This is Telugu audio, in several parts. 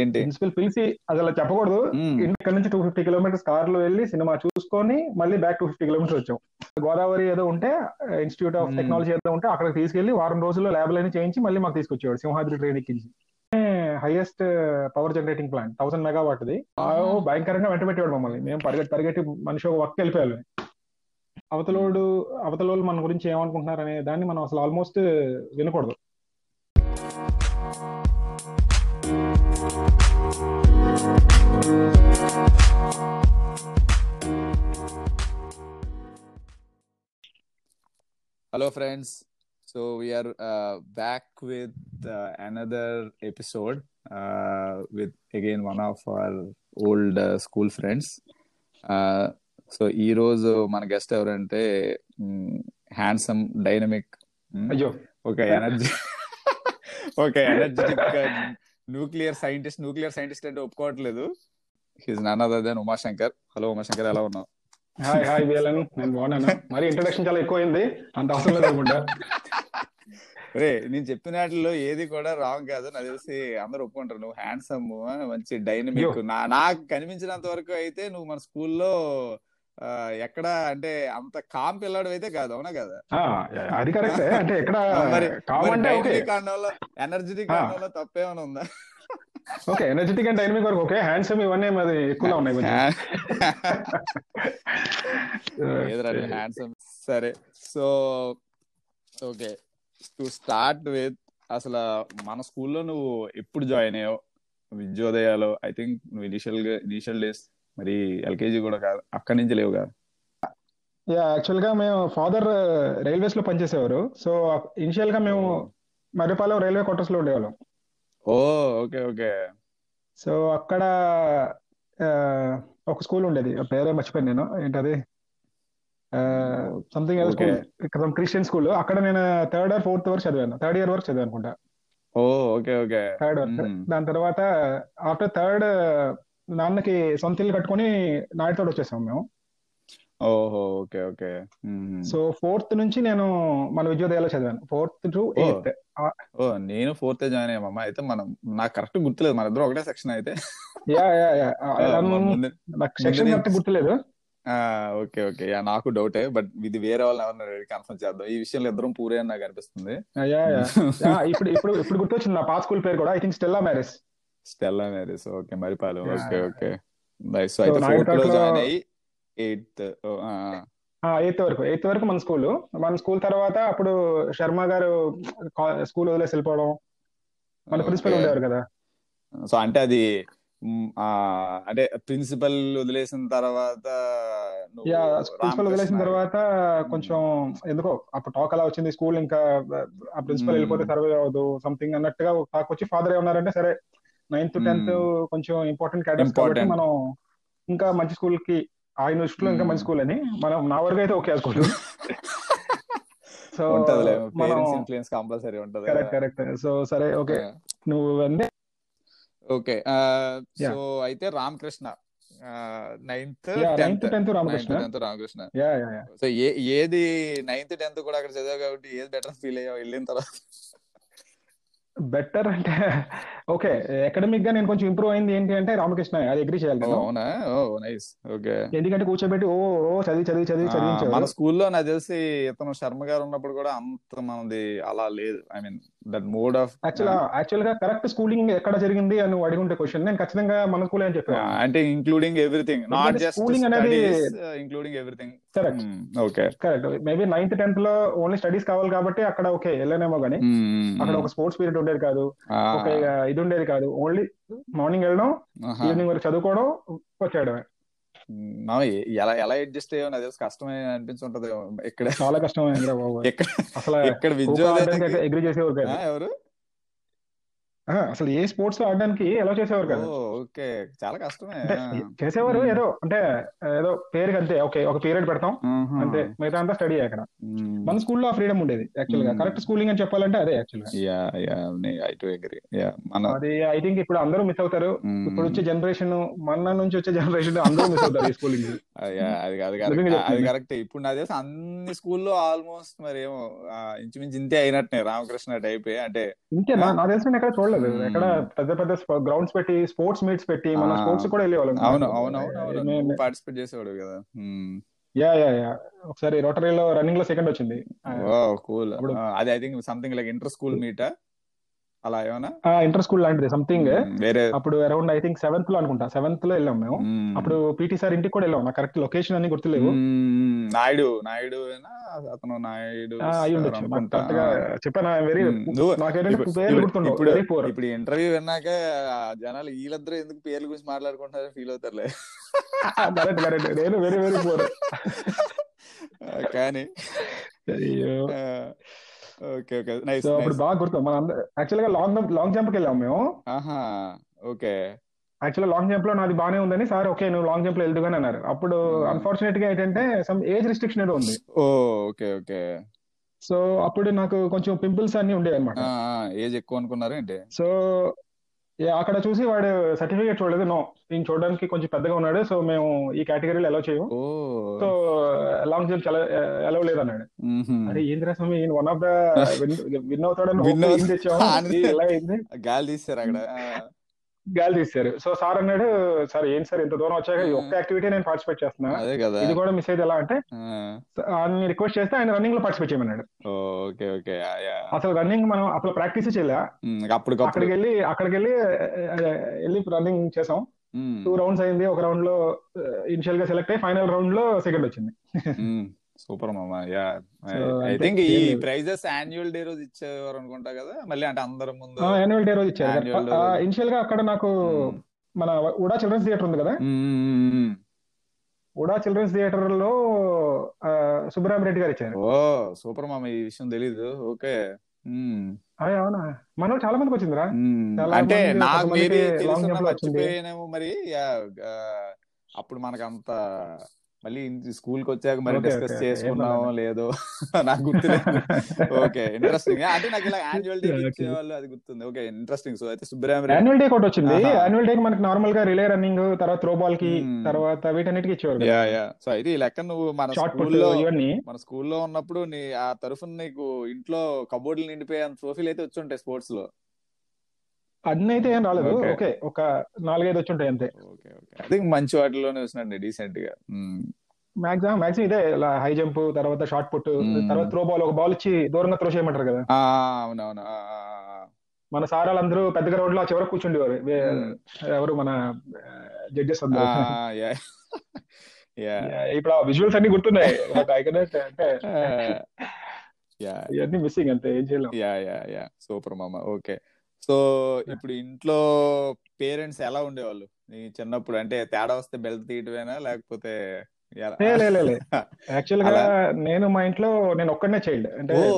ఏంటి ప్రిన్సిపల్ పిలిచి అది అలా చెప్పకూడదు మ్మ్. ఇక్కడ నుంచి టూ ఫిఫ్టీ కిలోమీటర్స్ కార్ లో వెళ్ళి సినిమా చూసుకొని మళ్ళీ బ్యాక్ టూ ఫిఫ్టీ కిలోమీటర్స్ వచ్చాం గోదావరి ఏదో ఉంటే ఇన్స్టిట్యూట్ ఆఫ్ మ్మ్. టెక్నాలజీ ఏదో ఉంటే అక్కడికి తీసుకెళ్లి వారం రోజుల్లో ల్యాబ్లు అయినా చేయించి మళ్ళీ మాకు తీసుకొచ్చేవాడు సింహాద్రి ట్రైన్ ఎక్కించి highest power generating plant thousand మెగావాట్ది ఆ, ఓ, భయంకరంగా వెంట పెట్టేవాడు మమ్మల్ని మేము పరిగెట్టి పరిగెట్టి మనిషి ఒక వర్క్ వెళ్ళిపోయాలి అవతలోడు అవతలోళ్ళు మన గురించి ఏమనుకుంటున్నారు అనే దాన్ని మనం అసలు ఆల్మోస్ట్ వినకూడదు Hello, friends. So we are uh, back with uh, another episode uh, with again one of our old uh, school friends. Uh, so ఈ రోజు మన గెస్ట్ ఎవరంటే హ్యాండ్సమ్ డైనమిక్ అయ్యో ఒక ఎనర్జీ ఒక uh, energetic nuclear scientist nuclear scientist అంటే ఒప్పుకోవట్లేదు his none other than Umashankar hello Umashankar ఎలా ఉన్నావు హాయ్ హాయ్ వీళ్ళను నేను బాగున్నాను మరి ఇంట్రడక్షన్ చాలా ఎక్కువైంది అంత అవసరం లేదు అనుకుంటా రే నేను చెప్పిన వాటిలో ఏది కూడా రాంగ్ కాదు నాకు తెలిసి అందరూ ఒప్పుకుంటారు నువ్వు హ్యాండ్సమ్ మంచి డైనమిక్ అయ్యో. నా నాకు కనిపించినంత వరకు అయితే నువ్వు మన స్కూల్లో ఎక్కడ అంటే అంత కామ్ పిల్లాడు అయితే కాదు అవునా కదా ఆ, అది కరెక్టే అంటే ఇక్కడ మరి- కామంటే ఓకే ఎనర్జెటిక్ ఆ. కాండంలో తప్పేమైనా ఉందా ఓకే ఎనర్జెటిక్ అండ్ డైనమిక్ వరకు ఓకే హ్యాండ్సమ్ ఇవన్నీ మరి ఎక్కువగా ఉన్నాయి కొంచెం హ్యాండ్సమ్ సరే so okay to start with అసలు మన స్కూల్లో నువ్వు ఎప్పుడు జాయిన్ అయ్యావు విద్యోదయాలు ఐ థింక్ నువ్వు ఇనిషియల్ గా ఇనిషియల్ డేస్ మరి ఎల్కేజీ కూడా కాదు అక్కడి నుంచి లేవు కదా యా యాక్చువల్ గా మేము ఫాదర్ రైల్వేస్ లో పనిచేసేవారు సో ఇనిషియల్ గా మేము మర్రిపాలెం రైల్వే క్వార్టర్స్ లో ఉండేవాళ్ళం ఓ ఓకే ఓకే సో అక్కడ ఆ, ఒక స్కూల్ ఉండేది ఆ పేరే మర్చిపోయాను నేను ఏంటది సంథింగ్ ఏదో Okay. స్కూల్ క్రిస్టియన్ స్కూల్ అక్కడ నేను థర్డ్ ఇయర్ ఫోర్త్ వరకు చదివాను థర్డ్ ఇయర్ వరకు చదివాను అనుకుంటా ఓ ఓకే ఓకే థర్డ్ వరకు Mm. దాని తర్వాత ఆఫ్టర్ థర్డ్ నాన్నకి సొంత ఇల్లు కట్టుకొని నాయుడుతోడు వచ్చేసాం మేము ఓహో ఓకే ఓకే సో ఫోర్త్ నుంచి నేను మన విద్యోదయాలో చదివాను fourth to Oh. Eighth oh నేను ఫోర్త్ జాయిన్ అయ్యామమ్మా అయితే మనం నాకు కరెక్ట్ గుర్తులేదు మన ఇద్దరు ఒకటే సెక్షన్ అయితే యా యా యా ఆ, మన ముందు- నాకు సెక్షన్ ముందు కరెక్ట్ గుర్తులేదు ఆ ఓకే ఓకే యా నాకు డౌటే బట్ ఇది వేరే వాళ్ళు ఎవరైనా కన్ఫర్మ్ చేద్దాం ఈ విషయంలో ఇద్దరం పూరే అని నాకు అనిపిస్తుంది యా యా యా, ఇప్పుడు ఇప్పుడు ఇప్పుడు గుర్తొచ్చింది నా పాత స్కూల్ పేరు కూడా I think Stella marriage Stella Mary's okay Maripalem Yeah. Okay okay nice So, అయితే నా ఫోర్త్ లో ఇంట్లో- జాయిన్ అయ్యి ఎయిత్ ఎయిత్ వరకు ఎయిత్ వరకు మన స్కూల్ మన స్కూల్ తర్వాత అప్పుడు శర్మ గారు స్కూల్ వదిలేసి వెళ్ళిపోవడం మన ప్రిన్సిపల్ ఉండేవారు కదా సో అంటే అది మ్, ఆ, అంటే ప్రిన్సిపల్ వదిలేసిన తర్వాత నువ్వు యా ప్రిన్సిపల్ వదిలేసిన రామకృష్ణ- తర్వాత కొంచెం ఎందుకో అప్పుడు టాక్ అలా వచ్చింది స్కూల్ ఇంకా ఆ ప్రిన్సిపల్ Hmm. వెళ్ళిపోతే సర్వే అవ్వదు సంథింగ్ అన్నట్టుగా టాక్ వచ్చి ఫాదర్ ఏమన్నారంటే సరే నైన్త్ Hmm. టెన్త్ కొంచెం ఇంపార్టెంట్ క్యాడర్స్ కాబట్టి Important. మనం ఇంకా మంచి స్కూల్ కి ఆయన దృష్టిలో ఇంకా Hmm. మంచి స్కూల్ అని మనం నా వరకు అయితే ఓకే స్కూల్ సో ఉంటదిలే మనం పేరెంట్స్ ఇన్ఫ్లుయెన్స్ కంపల్సరీ ఉంటది కదా. కరెక్ట్ కరెక్ట్ సో సరే ఓకే Yeah. నువ్వు అన్నీ ఓకే Yeah. సో అయితే Ramakrishna ninth ninth tenth Ramakrishna tenth Ramakrishna yeah yeah yeah so ఏ ఏది నైన్త్ టెన్త్ కూడా అక్కడ చదివావు కాబట్టి ఏది బెటర్ ఫీల్ అయ్యావు వెళ్ళిన తర్వాత బెటర్ అంటే ఓకే అకాడమిక్ గా నేను కొంచెం ఇంప్రూవ్ అయింది ఏంటి అంటే రామకృష్ణ అది అగ్రీ చేయాలి ఓ, నేను. అవునా ఓ నైస్ ఓకే ఎందుకంటే కూర్చోబెట్టి ఓ ఓ చదివి చదివి చదివి మన చదివించారు స్కూల్లో నాకు తెలిసి ఇతను శర్మ గారు ఉన్నప్పుడు కూడా అంత మనది అలా లేదు I mean that mode of actual actual గా కరెక్ట్ స్కూలింగ్ ఎక్కడ జరిగింది అని నువ్వు అడిగి ఉంటే క్వశ్చన్ నేను ఖచ్చితంగా మన స్కూల్ అని చెప్పాను అంటే ఇంక్లూడింగ్ ఎవ్రీథింగ్ నాట్ ఎందుకంటే జస్ట్ schooling అనేది- including everything correct okay correct maybe ninth tenth లో ఓన్లీ స్టడీస్ కావాలి కాబట్టి అక్కడ ఓకే వెళ్ళానేమో కానీ Hmm, అక్కడ ఒక స్పోర్ట్స్ పీరియడ్ ఉండేది కాదు Ah. ఒక ఇది ఉండేది కాదు ఓన్లీ మార్నింగ్ వెళ్ళడం Ah. ఈవినింగ్ వరకు చదువుకోవడం వచ్చేయడమే నా ఎ- ఎలా ఎలా అడ్జస్ట్ అయ్యో నాకు తెలిసి కష్టమే అనిపించుంటది ఇక్కడ చాలా కష్టం బాబు ఇక్కడ అసలు ఇక్కడ ఖోఖో విద్యోదయానికి ఆడడానికి అగ్రి చేసేవారు కాదు ఆ, ఎవరు ఆ, అసలు ఏ స్పోర్ట్స్ లో ఆడడానికి ఎలా చేసేవారు కాదు ఓ, ఓకే చాలా కష్టమే అంటే చేసేవారు Hmm. ఏదో అంటే ఏదో పేరుకి అంతే ఓకే ఒక పీరియడ్ పెడతాం ఆహా. అంతే మిగతా అంతా స్టడీ అక్కడ మ్మ్. మన స్కూల్లో ఆ ఫ్రీడమ్ ఉండేది యాక్చువల్ గా Hmm. కరెక్ట్ స్కూలింగ్ అని చెప్పాలంటే అదే యాక్చువల్ గా యా యా నే- I do agree. యా మన అది ఐ థింక్ ఇప్పుడు అందరూ మిస్ అవుతారు మ్మ్. ఇప్పుడు వచ్చే జనరేషన్ మన నుంచి వచ్చే జనరేషన్ అందరూ మిస్ అవుతారు ఈ స్కూలింగ్ ఆ, యా, అది అది నిజంగా కరెక్ట్ అది చెప్తున్నా. కరెక్ట్ ఇప్పుడు నాకు తెలిసి అన్ని స్కూల్లో ఆల్మోస్ట్ మరి ఏమో ఆ, ఇంచుమించు ఇంతే అయినట్టే రామకృష్ణ టైప్ అంటే ఇంతే నా నాకు తెలిసి నేను ఎక్కడ వెళ్ళలేదు Hmm. ఎక్కడ పెద్ద పెద్ద గ్రౌండ్స్ పెట్టి స్పోర్ట్స్ మీట్స్ పెట్టి మన Ah. స్పోర్ట్స్ కూడా వెళ్ళేవాళ్ళం అవును అవును అవును అవును మేము- నువ్వు పార్టిసిపేట్ చేసేవాడు కదా యా యా యా ఒకసారి రోటరీలో రన్నింగ్ లో సెకండ్ వచ్చింది కూల్ అప్పుడు- అది I think something like inter school మీటా అలా ఏమైనా ఇంటర్ స్కూల్ లాంటిది సంథింగ్ మ్మ్. వేరే అప్పుడు అరౌండ్ ఐ థింక్ సెవెంత్ లో అనుకుంటా సెవెంత్ లో వెళ్ళాం మేము మ్మ్. అప్పుడు పీటీ సార్ ఇంటికి కూడా వెళ్ళాం నాకు కరెక్ట్ లొకేషన్ అన్ని గుర్తులేవు Hmm. మ్మ్. నాయుడు నాయుడు ఏనా? అతను నాయుడు ఆ, అయి సార్ ఉండొచ్చు నాకు అనుకుంటా. correct గా చెప్పాను వెరీ మ్మ్. నువ్వు- నాకేంటంటే ఇప్పుడు- పేర్లు ఇప్పుడు- గుర్తుండవు ఇప్పుడు- వెరీ పూర్ ఇప్పుడు ఇంటర్వ్యూ విన్నాక ఆ జనాలు వీళ్ళందరూ ఎందుకు పేర్ల గురించి మాట్లాడుకుంటారో ఫీల్ అవుతారులే కరెక్ట్ కరెక్ట్ Ah, నేను వెరీ వెరీ పూర్ ఆ, కానీ ఓకే ఓకే నైస్ సో అప్పుడు బాగా గుర్తు మన యాక్చువల్ గా లాంగ్ లాంగ్ జంప్ కి వెళ్ళాం మేము ఆహా ఓకే యాక్చువల్ లాంగ్ జంప్ లో నాది బానే ఉందని సార్ ఓకే నువ్వు లాంగ్ జంప్ లో వెళ్తూ అని అన్నారు అప్పుడు Hmm. అన్ఫార్చునేట్ గా ఏంటంటే సమ్ ఏజ్ రిస్ట్రిక్షన్ ఏదో ఉంది ఓ ఓకే ఓకే సో అప్పుడు నాకు కొంచెం పింపుల్స్ అన్ని ఉండేవి అనమాట ఏజ్ ఎక్కువ అనుకున్నారు ఏంటి సో యా, అక్కడ చూసి వాడు సర్టిఫికేట్ చూడలేదు నో నేను చూడడానికి కొంచెం పెద్దగా ఉన్నాడు సో మేము ఈ కేటగిరీలో అలౌ చేయము ఓ సో లాంగ్ జంప్ అలౌ లేదు అన్నాడు Hmm. మ్మ్హ్మ్. అరే ఏంద్రా స్వామి వన్ ఆఫ్ ద విన్ అవుతాడని Win hope అవుతా- ఏం తెచ్చాము అది- ఇది ఎలా అయింది గాలి తీస్తారు అక్కడ ఆ. గాలి తీశారు సో సార్ అన్నాడు సార్ ఏం సార్ ఇంత దూరం వచ్చాక ఈ Hmm. ఒక్క యాక్టివిటీ నేను పార్టిసిపేట్ చేస్తున్నా అదే కదా ఇది కూడా మిస్ అయితే ఎలా అంటే ఆయన రిక్వెస్ట్ చేస్తే ఆయన రన్నింగ్ లో పార్టిసిపేట్ చేయమన్నాడు ఓకే ఓకే అసలు రన్నింగ్ మనం అసలు ప్రాక్టీస్ చేయలే అప్పటికప్పుడు అక్కడికి వెళ్ళి అక్కడికి వెళ్ళి ఆ, వెళ్ళి రన్నింగ్ చేసాం మ్మ్. టూ రౌండ్స్ అయింది ఒక రౌండ్ లో ఇనిషియల్ గా సెలెక్ట్ అయ్యి ఫైనల్ రౌండ్ లో సెకండ్ వచ్చింది మ్మ్. సూపర్ మామ యా So, ఐ అంటే థింక్ ఈ ఏం లేదు. ప్రైజెస్ యాన్యువల్ డే రోజు ఇచ్చేవారు అనుకుంటా కదా మళ్ళీ అంటే అందరి ముందు యాన్యువల్ డే రోజు Annual ఇచ్చారు day రోజు. Hmm. ఇనిషియల్ గా అక్కడ నాకు మ్మ్. మన ఉడా చిల్డ్రన్స్ థియేటర్ ఉంది కదా మ్మ్. ఉడా చిల్డ్రన్స్ థియేటర్ లో ఆ, సుబ్బరామ రెడ్డి గారు ఇచ్చారు ఓ సూపర్ మామ ఈ విషయం తెలీదు ఓకే మ్మ్. అరే అవునా మనం చాలా మందికి వచ్చిందిరా మ్మ్. చాలా అంటే మంది నాకు కొంతమందికి మేబీ long తెలుసున్న jump లో వచ్చింది. మర్చిపోయానేమో మరి యా, ఆ, అప్పుడు మనకు అంత మళ్ళీ స్కూల్ కి వచ్చాక మరి Okay, డిస్కస్ okay, okay. చేసుకున్నామో ఏం లేదో నాకు గుర్తులేదు ఓకే ఇంట్రెస్టింగ్ అంటే నాకు ఇలా యాన్యువల్ డే Okay. ఇచ్చేవాళ్ళు అది గుర్తుంది ఓకే ఇంట్రెస్టింగ్ సో అయితే సుబ్రహ్మణ్యం యాన్యువల్ డే ఒకటి వచ్చింది ఆహా. యాన్యువల్ డే కి మనకి నార్మల్ గా రిలే రన్నింగ్ తర్వాత త్రో బాల్ కి Hmm. తర్వాత వీటన్నిటికి ఇచ్చేవారు యా యా సో అయితే ఈ లెక్క నువ్వు మన షార్ట్ పుట్ స్కూల్లో ఇవన్నీ మన స్కూల్లో ఉన్నప్పుడు నీ ఆ తరఫున నీకు ఇంట్లో కబోర్డులు నిండిపోయే అంత ట్రోఫీలు అయితే వచ్చి ఉంటాయి స్పోర్ట్స్ లో అన్ని అయితే ఏం రాలేదు Okay. ఓకే ఒక నాలుగైదు వచ్చి ఉంటాయి అంతే ఓకే ఓకే Hmm. అది మంచి వాటిలోనే వచ్చినట్టు డీసెంట్ గా మ్మ్. మాక్సిమం మాక్సిమం ఇదే హై జంప్ తర్వాత షార్ట్ పుట్ Hmm. తర్వాత త్రో బాల్ ఒక బాల్ ఇచ్చి దూరంగా త్రో చేయమంటారు కదా ఆ, అవునవును ఆ, ఆ, ఆ, ఆ. మన సారాలందరూ పెద్ద గ్రౌండ్ లో ఆ చివరకు కూర్చుండేవారు వే- Hmm. ఎవరు మన జడ్జెస్ అందరూ యా యా Yeah, ఇప్పుడు ఆ విజువల్స్ అన్ని గుర్తున్నాయి నాకు I cannot- అంటే Uh, యా ఇవన్నీ మిస్సింగ్ అంతే ఏం చేయలేం యా యా యా సూపర్ మామ ఓకే సో ఇప్పుడు ఇంట్లో పేరెంట్స్ ఎలా ఉండేవాళ్ళు నీ చిన్నప్పుడు అంటే తేడా వస్తే బెల్ట్ తీయటమేనా లేకపోతే ఎలా? లే, లే, లే, లే. యాక్చువల్ గా అలా? నేను మా ఇంట్లో నేను ఒక్కడనే చైల్డ్ అంటే ఓ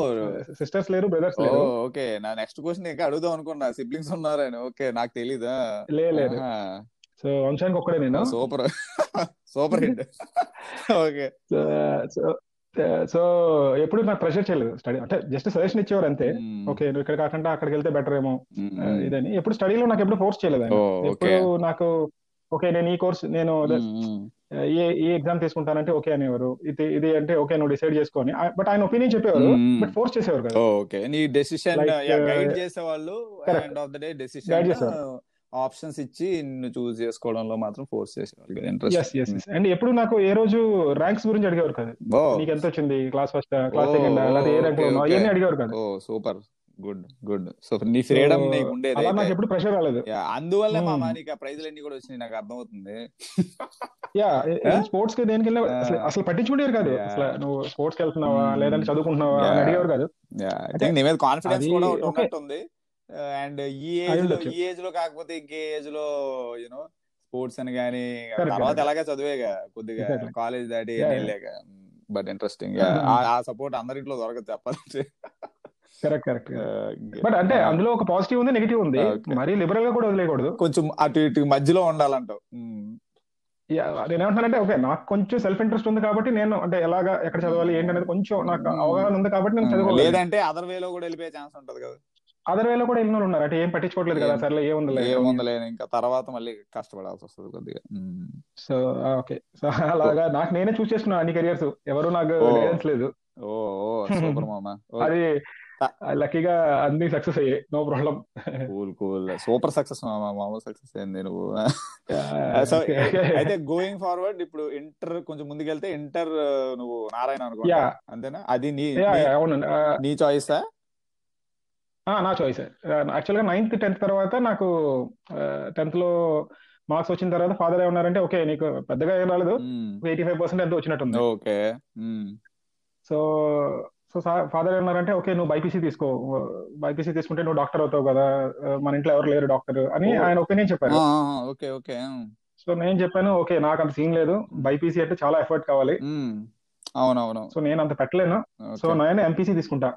సిస్టర్స్ లేరు బ్రదర్స్ ఓ లేరు ఓకే నా నెక్స్ట్ క్వశ్చన్ ఇంకా అడుగుదాం అనుకున్నా సిబ్లింగ్స్ ఉన్నారని ఓకే నాకు తెలీదా లే లేదు సో వంశానికి ఒక్కడే నేను super super hit okay so- so ఎప్పుడు నాకు ప్రెషర్ చేయలేదు స్టడీ అంటే జస్ట్ సజెషన్ ఇచ్చేవారు అంతే Hmm. ఓకే నువ్వు ఇక్కడ కాకుండా అక్కడికి వెళ్తే బెటర్ ఏమో ఇదని ఎప్పుడు స్టడీలో నాకు ఎప్పుడు ఫోర్స్ చేయలేదు ఆయన. Oh okay Hmm. ఎప్పుడు నాకు ఓకే నేను ఈ కోర్స్ నేను ఏ ఏ ఎగ్జామ్ తీసుకుంటానంటే ఓకే అనేవారు ఇది ఇది అంటే ఓకే నువ్వు డిసైడ్ చేసుకోని బట్ ఆయన ఒపీనియన్ చెప్పేవారు Mm. బట్ ఫోర్స్ చేసేవారు కదా ఓకే నీ డెసిషన్ Like, గైడ్ uh, చేసేవాళ్ళు correct. End of the day Guide decision చేసేవారు. ఆప్షన్స్ ఇచ్చి నిన్ను చూస్ చేసుకోవడంలో మాత్రం ఫోర్స్ చేసేవాళ్ళు కదా ఎస్ ఎస్ ఇంట్రెస్ట్ అండ్ ఎప్పుడు నాకు ఏ రోజు ర్యాంక్స్ గురించి అడిగేవారు కదా Hmm. ఓ నీకు ఎంత వచ్చింది class first class Oh, second లేకపోతే ఏ okay, ర్యాంక్ లో ఉన్నావు okay. ఇవన్నీ అడిగేవారు కదా oh super good good so నీ ఫ్రీడమ్ So, నీకు ఉండేది అలా నాకు అయితే. ఎప్పుడు ప్రెషర్ రాలేదు Yeah, అందువల్లే Hmm. మామ నీకు ఆ ప్రైజ్లు అన్ని కూడా వచ్చినాయి నాకు అర్థమవుతుంది యా Huh? స్పోర్ట్స్ కి దేనికి వెళ్ళినా Yeah. అసలు అసలు పట్టించుకునేవారు కాదు Yeah. అసలు నువ్వు స్పోర్ట్స్ కి వెళ్తున్నావా Mm. లేదంటే చదువుకుంటున్నావా అని Yeah. అడిగేవారు కాదు ఐ థింక్ నీ మీద కాన్ఫిడెన్స్ అది కూడా okay. ఉన్నట్టుంది అండ్ ఈ అయి ఏజ్ లో ఉండొచ్చు. ఈ ఏజ్ లో కాకపోతే ఇంకే ఏజ్ లో యూనో స్పోర్ట్స్ అని కానీ Correct, తర్వాత correct. ఎలాగే చదివేగా కొద్దిగా Exactly. కాలేజ్ దాటి Mm, Yeah, yeah. వెళ్ళాక బట్ ఇంట్రెస్టింగ్ Mhm. ఆ సపోర్ట్ అందరింట్లో దొరకదు చెప్పాలంటే కరెక్ట్ కరెక్ట్ బట్ Hmm. అంటే అందులో ఒక పాజిటివ్ ఉంది నెగిటివ్ ఉంది Uh, Okay. మరీ లిబరల్ గా కూడా వదిలేయకూడదు కొంచెం అటు ఇటు మధ్యలో ఉండాలంటావు Hmm. Yeah, నేనేమంటున్నానంటే ఓకే నాకు కొంచెం సెల్ఫ్ ఇంట్రెస్ట్ ఉంది కాబట్టి నేను అంటే ఎలాగా ఎక్కడ చదవాలి Hmm. ఏంటి అనేది కొంచెం నాకు Mm. అవగాహన ఉంది కాబట్టి నేను చదువుకోలేదు లేదంటే అదర్ వేలో కూడా వెళ్ళిపోయే ఛాన్స్ ఉంటది కదా అదర్ వేలో కూడా ఎన్నో ఉన్నారు అంటే ఏం పట్టించుకోవట్లేదు కదా ఏం- సర్లే ఏముంది ఏముంది లేదు ఇంకా తర్వాత మళ్ళీ కష్టపడాల్సి వస్తుంది కొద్దిగా Hmm. సో ఓకే సో అలాగా నాకు నేనే చూస్ చేసుకున్నాను అన్ని కెరియర్స్ ఎవరు నాకు Oh. గైడెన్స్ లేదు ఓ ఓ సూపర్ మామ అది లక్కీగా అన్ని సక్సెస్ అయ్యాయి no problem cool cool super success మామూలు సక్సెస్ అయింది నువ్వు Uh, So, అయితే గోయింగ్ ఫార్వర్డ్ ఇప్పుడు ఇంటర్ కొంచెం ముందుకెళ్తే ఇంటర్ నువ్వు నారాయణ అనుకో యా అంతేనా అది నీ యా నీ- అవునండి ఆ, నీ చాయిసా ఆ, నా చాయిస్ యాక్చువల్గా నైన్త్ టెన్త్ తర్వాత నాకు టెన్త్ లో మార్క్స్ వచ్చిన తర్వాత ఫాదర్ ఏమన్నారంటే ఓకే నీకు పెద్దగా ఏం రాలేదు ఎయిటీ ఫైవ్ పర్సెంట్ ఎంత వచ్చినట్టుంది ఓకే సో సో ఫాదర్ ఏమన్నారంటే ఓకే నువ్వు బైపీసీ తీసుకో బైపీసీ తీసుకుంటే నువ్వు డాక్టర్ అవుతావు కదా ఆ, మన ఇంట్లో ఎవరు లేరు డాక్టర్ అని ఓ. ఆయన ఒపీనియన్ చెప్పారు ఓకే ఓకే సో నేను చెప్పాను ఓకే నాకు అంత సీన్ లేదు బైపీసీ అంటే చాలా ఎఫర్ట్ కావాలి అవునవును సో నేను అంత పెట్టలేను సో నేను ఎంపీసీ తీసుకుంటా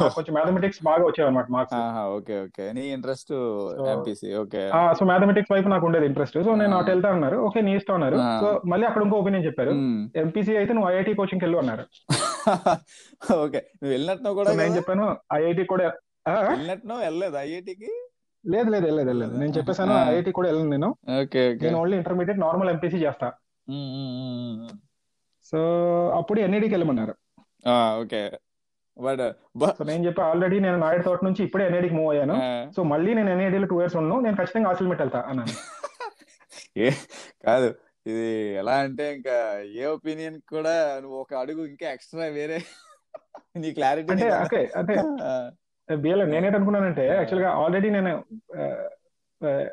నాకు కొంచెం మ్యాథమెటిక్స్ బాగా వచ్చాయన్నమాట మార్క్స్ ఓకే ఓకే నీ interest So- MPC okay so mathematics వైపు నాకు ఉండేది ఇంట్రెస్ట్ సో నేను అటు వెళ్తా అన్నారు ఓకే నీ ఇష్టం అన్నారు Ah. సో మళ్ళీ అక్కడ ఇంకో ఒపీనియన్ చెప్పారు ఎంపీసీ అయితే నువ్వు ఐఐటి కోచింగ్కి వెళ్ళు అన్నారు ఓకే నువ్వు వెళ్ళినట్టు సో కూడా నేను కదా? చెప్పాను ఐఐటి కూడా ఆ? వెళ్ళినట్టు వెళ్ళలేదు ఐఐటికి లేదు లేదు వెళ్ళలేదు వెళ్ళలేదు నేను చెప్పేసాను Ah. ఐఐటి కూడా వెళ్ళను నేను ఓకే ఓకే నేను ఓన్లీ ఇంటర్మీడియట్ నార్మల్ ఎంపీసీ చేస్తా సో అప్పుడు ఎన్ఐడికి వెళ్ళమన్నారు ఓకే బట్ సో నేను చెప్పి ఆల్రెడీ నేను నాయుడు తోట నుంచి ఇప్పుడే ఎన్ఐడికి మూవ్ అయ్యాను సో మళ్ళీ నేను ఎన్ఐడిలో టూ ఇయర్స్ ఉన్నాను నేను ఖచ్చితంగా ఆసిల్మెట్ వెళ్తా అన్నాను ఏ కాదు ఇది ఎలా అంటే ఇంకా ఏ ఒపీనియన్ కూడా నువ్వు ఒక అడుగు ఇంకా ఎక్స్ట్రా వేరే నీ క్లారిటీ అంటే ఓకే అంటే బిఎల్ నేనేటనుకున్నానంటే యాక్చువల్ గా ఆల్రెడీ నేను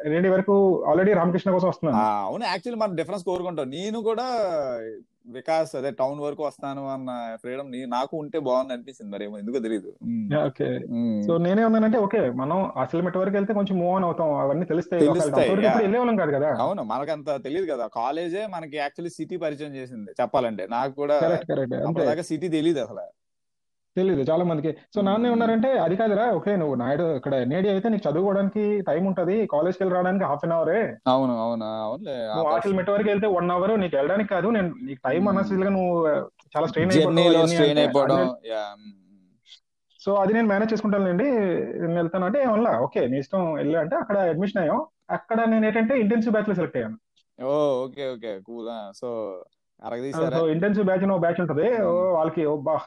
ఎన్ఐడి వరకు ఆల్రెడీ రామకృష్ణ కోసం వస్తున్నాను అవును యాక్చువల్లీ మనం డిఫరెన్స్ కోరుకుంటాం నేను కూడా వికాస్ అదే టౌన్ వరకు వస్తాను అన్న ఫ్రీడమ్ నీ నాకు ఉంటే బాగుంది అనిపిస్తుంది మరి ఏమో ఎందుకో తెలియదు ఓకే Hmm. సో నేనే ఉన్నానంటే ఓకే మనం అసిల్మెట్ వరకు వెళ్తే కొంచెం మూవ్ ఆన్ అవుతాం అవన్నీ తెలిస్తే తెలుస్తాయి, yeah. వెళ్ళేవాళ్ళం కాదు కదా అవును మనకంత తెలియదు కదా కాలేజే మనకి యాక్చువల్లీ సిటీ పరిచయం చేసింది చెప్పాలంటే నాకు కూడా కరెక్ట్ కరెక్ట్ అంతే అప్పటిదాకా సిటీ తెలియదు అసలు తెలియదు చాలా మందికి సో నాన్న Hmm. ఉన్నారంటే అది కాదురా ఓకే నువ్వు నాయుడు ఇక్కడ నేడి అయితే నీకు చదువుకోవడానికి టైం ఉంటది కాలేజ్కి వెళ్ళి రావడానికి హాఫ్ అన్ అవరే అవును అవును అవునులే నువ్వు ఆటలు మెట్ట వరకు వెళ్తే వన్ అవర్ నీకు వెళ్ళడానికి కాదు నేను నీకు టైం Hmm. అన్నసరిగా నువ్వు uh, చాలా స్ట్రెయిన్ జర్నీలో స్ట్రెయిన్ అయిపోవడం యా సో అది నేను మేనేజ్ చేసుకుంటానండి నేను వెళ్తాను అంటే ఏమన్నా ఓకే నీ ఇష్టం వెళ్ళా అంటే అక్కడ అడ్మిషన్ అయ్యాం అక్కడ నేను ఏంటంటే ఇంటెన్సివ్ బ్యాచ్ లో సెలెక్ట్ అయ్యాను oh okay okay cool so అరగదీసారా సో ఇంటెన్సివ్ బ్యాచ్ ఒక బ్యాచ్ ఉంటది Hmm. ఓ, వాళ్ళకి ఓ బా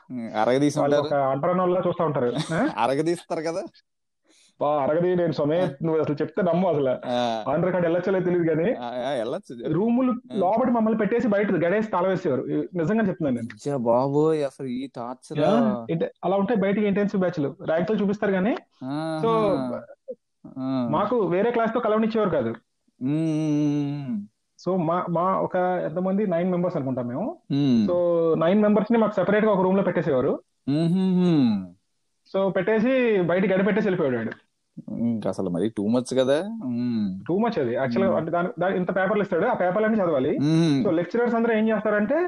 అరగదీసి వాళ్ళు ఉంటారు ఒక అంటరానోళ్ళ చూస్తూ ఉంటారు ఆ? అరగదీస్తారు కదా బా అరగది నేను సమేత్ నువ్వు అసలు చెప్తే నమ్ము అసలు ఆ, ఆంధ్ర కార్డ్ వెళ్ళొచ్చలేదు తెలియదు కానీ ఆ, ఆ, వెళ్ళొచ్చు రూములు లోపల మమ్మల్ని పెట్టేసి బయట గడేసి తాళవేసేవారు ఇది నిజంగా చెప్తున్నాను నేను అచ్చా బాబోయ్ అసలు ఈ టార్చర్ ఏంటి అలా ఉంటాయి బయటికి ఇంటెన్సివ్ బ్యాచ్లు ర్యాంకులు చూపిస్తారు కానీ సో మాకు వేరే క్లాస్ తో కలవనిచ్చేవారు కాదు సో మా మా ఒక ఎంతమంది నైన్ మెంబర్స్ అనుకుంటాం మేము సో నైన్ మెంబర్స్ ని మాకు సెపరేట్ గా ఒక రూమ్ లో పెట్టేసేవారు సో పెట్టేసి బయట గడ పెట్టేసి వెళ్ళిపోయాడు వాడు. ఇంకా అసలు మరి టూ మచ్ కదా మ్మ్. టూ మచ్ అది యాక్చువల్ Hmm. అంటే దాని దాని ఇంత పేపర్లు ఇస్తాడు ఆ పేపర్లు అన్ని చదవాలి మ్మ్. సో లెక్చరర్స్ అందరూ ఏం చేస్తారంటే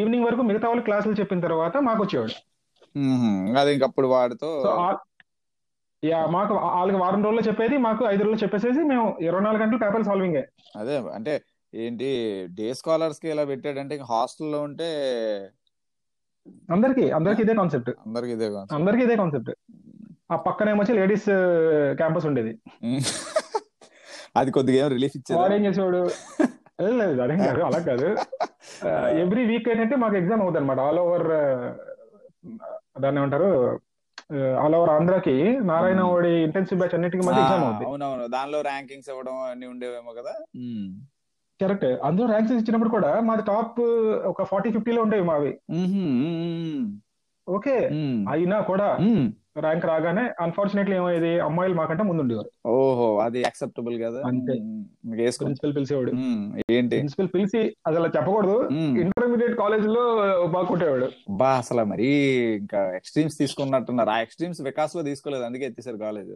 ఈవినింగ్ వరకు మిగతా వాళ్ళు క్లాసులు చెప్పిన తర్వాత మాకు వచ్చేవాడు మ్మ్. అది ఇంకప్పుడు వాడితో సో ఆ- యా మాకు ఆ- వాళ్ళకి వారం రోజుల్లో చెప్పేది మాకు ఐదు రోజులు చెప్పేసేసి మేము ఇరవై నాలుగు గంటలు పేపర్ సాల్వింగ్ అదే అంటే ఏంటి డే స్కాలర్స్ కి ఇలా పెట్టాడంటే ఇంకా హాస్టల్లో ఉంటే అందరికి అందరికి ఇదే కాన్సెప్ట్ అందరికి ఇదే కాదు అందరికి ఇదే కాన్సెప్ట్ ఆ పక్కన ఏమొచ్చి లేడీస్ క్యాంపస్ uh, ఉండేది అది కొద్దిగా ఏం రిలీఫ్ వాడు ఇచ్చేది ఏం చేసేవాడు లేదు లేదు అదేం కాదు అలా కాదు ఎవ్రీ వీక్ ఏంటంటే మాకు ఎగ్జామ్ అవుతుంది అనమాట ఆల్ ఓవర్ uh, దాన్ని ఏమంటారు Uh, ఆల్ ఓవర్ ఆంధ్రాకి నారాయణ వాడి ఇంటెన్సివ్ బ్యాచ్ అన్నిటికీ మధ్య ఎగ్జామ్ అవుతుంది అవునవును దానిలో ర్యాంకింగ్స్ ఇవ్వడం అన్ని ఉండేవేమో కదా మ్మ్. కరెక్ట్ అందులో ర్యాంక్స్ ఇచ్చినప్పుడు కూడా మాది టాప్ ఒక ఫార్టీ ఫిఫ్టీలో ఉండేవి మావి మ్మ్. ఓకే మ్మ్. అయినా కూడా మ్మ్. ర్యాంక్ రాగానే అన్ఫార్చునేట్లీ ఏమయ్యేది అమ్మాయిలు మాకంటే ముందు ఉండేవారు ఓహో అది యాక్సెప్టబుల్ కదా అంతే. మ్మ్. ఇంకా వేసుకో ప్రిన్సిపల్ పిలిచేవాడు Hmm. మ్మ్. ఏంటి ప్రిన్సిపల్ పిలిచి అసలు చెప్పకూడదు మ్మ్. ఇంటర్మీడియట్ కాలేజ్ లో బాగా కొట్టేవాడు బా అసలు మరి ఇంకా ఎక్స్ట్రీమ్స్ తీసుకున్నట్టున్నారు ఆ ఎక్స్ట్రీమ్స్ వికాస్ లో తీసుకోలేదు అందుకే ఎత్తేసారు కాలేజ్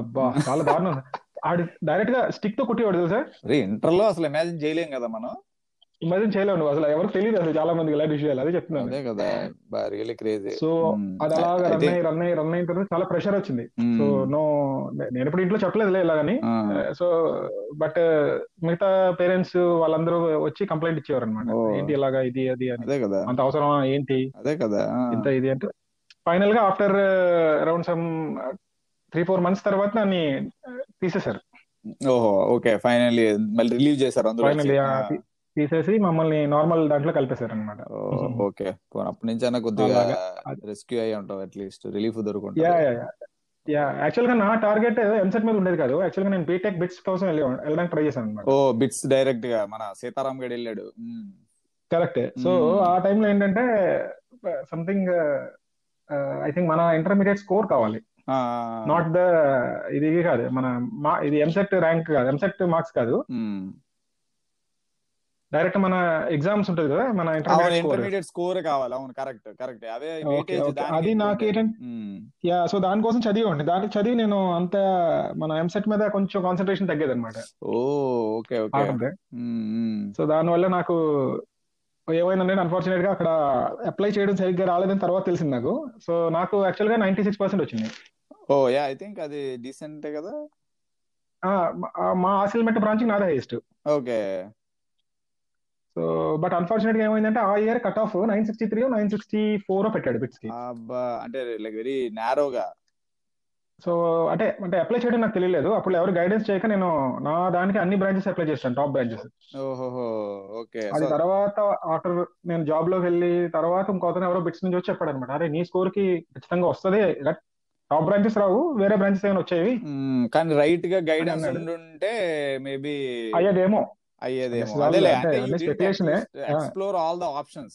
అబ్బా చాలా దారుణం ఆడు డైరెక్ట్ గా స్టిక్ తో కొట్టేవాడు తెలుసా రే ఇంటర్ లో అసలు ఇమాజిన్ చేయలేం కదా మనం ఇమాజిన్ చేయలేవు నువ్వు అసలు ఎవరికి తెలియదు అసలు చాలా మందికి ఇలాంటి విషయాలు అదే చెప్తున్నాను అదే కదా బా రియల్లీ క్రేజీ సో అది అలాగా రన్ అయ్యి రన్ అయ్యి రన్ అయిన తర్వాత చాలా ప్రెషర్ వచ్చింది సో నో నేను ఇప్పుడు ఇంట్లో చెప్పలేదులే ఇలాగని సో బట్ మిగతా పేరెంట్స్ వాళ్ళందరూ వచ్చి కంప్లైంట్ ఇచ్చేవారు అనమాట ఓ. ఏంటి ఇలాగా ఇది అది అని అదే కదా అంత అవసరమా ఏంటి అదే కదా ఆ. ఇంత ఇది అంటే ఫైనల్ గా after around some three four months తర్వాత నన్ను తీసేశారు ఓహో ఓకే ఫైనల్లీ మళ్ళీ రిలీవ్ చేశారు అందులో Finally, వచ్చి. ఆ, ఆ. తి- తీసేసి మమ్మల్ని నార్మల్ దాంట్లో కలిపేశారు అనమాట ఓకే అప్పటి నుంచి అయినా కొద్దిగా అలాగా. రెస్క్యూ అయ్యి ఉంటావు అట్లీస్ట్ రిలీఫ్ యా దొరుకుంటుంది యా యా యా యాక్చువల్ గా నా టార్గెట్ ఎంసెట్ మీద ఉండేది కాదు యాక్చువల్ గా నేను బీటెక్ బిట్స్ కోసం వెళ్ళి వెళ్ళడానికి ట్రై చేశాను అనమాట ఓ బిట్స్ డైరెక్ట్ గా మన సీతారాం గడి వెళ్ళాడు మ్మ్. కరెక్టే సో Mm. ఆ టైంలో ఏంటంటే సంథింగ్ ఐ థింక్ మన ఇంటర్మీడియట్ స్కోర్ కావాలి ఆ, నాట్ ద ఇది కాదు మన మా ఇది ఎంసెట్ ర్యాంక్ కాదు ఎంసెట్ మార్క్స్ కాదు మ్మ్. డైరెక్ట్ మన ఎగ్జామ్స్ ఉంటుంది కదా మన అవును ఇంటర్మీడియట్ స్కోర్ ఇంటర్మీడియట్ స్కోర్ కావాలి అవును కరెక్ట్ కరెక్ట్ అదే ఓకే, weightage ఓకే. దానికి అది ఎక్కువ నాకు ఉంటుంది. ఏంటంటే- మ్మ్. యా సో దానికోసం చదివేవాడిని దానికి చదివి నేను అంత మన ఎంసెట్ మీద కొంచెం కాన్సన్ట్రేషన్ తగ్గేది అనమాట ఓ ఓకే ఓకే మ్మ్, మ్మ్. సో దానివల్ల నాకు ఏమైనా నేను అన్ఫార్చునేట్ గా అక్కడ అప్లై చేయడం సరిగ్గా రాలేదని తర్వాత తెలిసింది నాకు సో నాకు యాక్చువల్ గా నైన్టీ సిక్స్ పర్సెంట్ వచ్చింది ఓ యా ఐ థింక్ అది డీసెంట్ కదా ఆ, మా- ఆ, మా ఆసిల్మెట్ బ్రాంచ్ నాదే highest okay so but unfortunate గా ఏమైందంటే ఆ year cut off nine sixty three nine sixty four పెట్టాడు బిట్స్ కి అబ్బా అంటే లైక్ వెరీ నారోగా సో అంటే అంటే అప్లై చేయడం నాకు తెలియలేదు అప్పుడు ఎవరు గైడెన్స్ చేయక నేను నా దానికి అన్ని బ్రాంచెస్ అప్లై చేశాను టాప్ బ్రాంచెస్ ఓహోహో ఓకే అది సో తర్వాత ఆఫ్టర్ నేను జాబ్ లోకి వెళ్ళి తర్వాత ఇంకో అతను ఎవరో బిట్స్ నుంచి వచ్చి చెప్పాడు అనమాట అరే నీ స్కోర్ కి ఖచ్చితంగా వస్తుంది టాప్ బ్రాంచెస్ రావు వేరే బ్రాంచెస్ ఏమైనా వచ్చేవి మ్మ్. కానీ రైట్ గా గైడెన్స్ అన్నాడు. ఉండుంటే మేబీ అయ్యేదేమో అయ్యేదేమో This is all- అదేలే అంటే అంటే అన్ని speculation ఏ. ఆ. ఎక్స్ప్లోర్ ఆల్ ద ఆప్షన్స్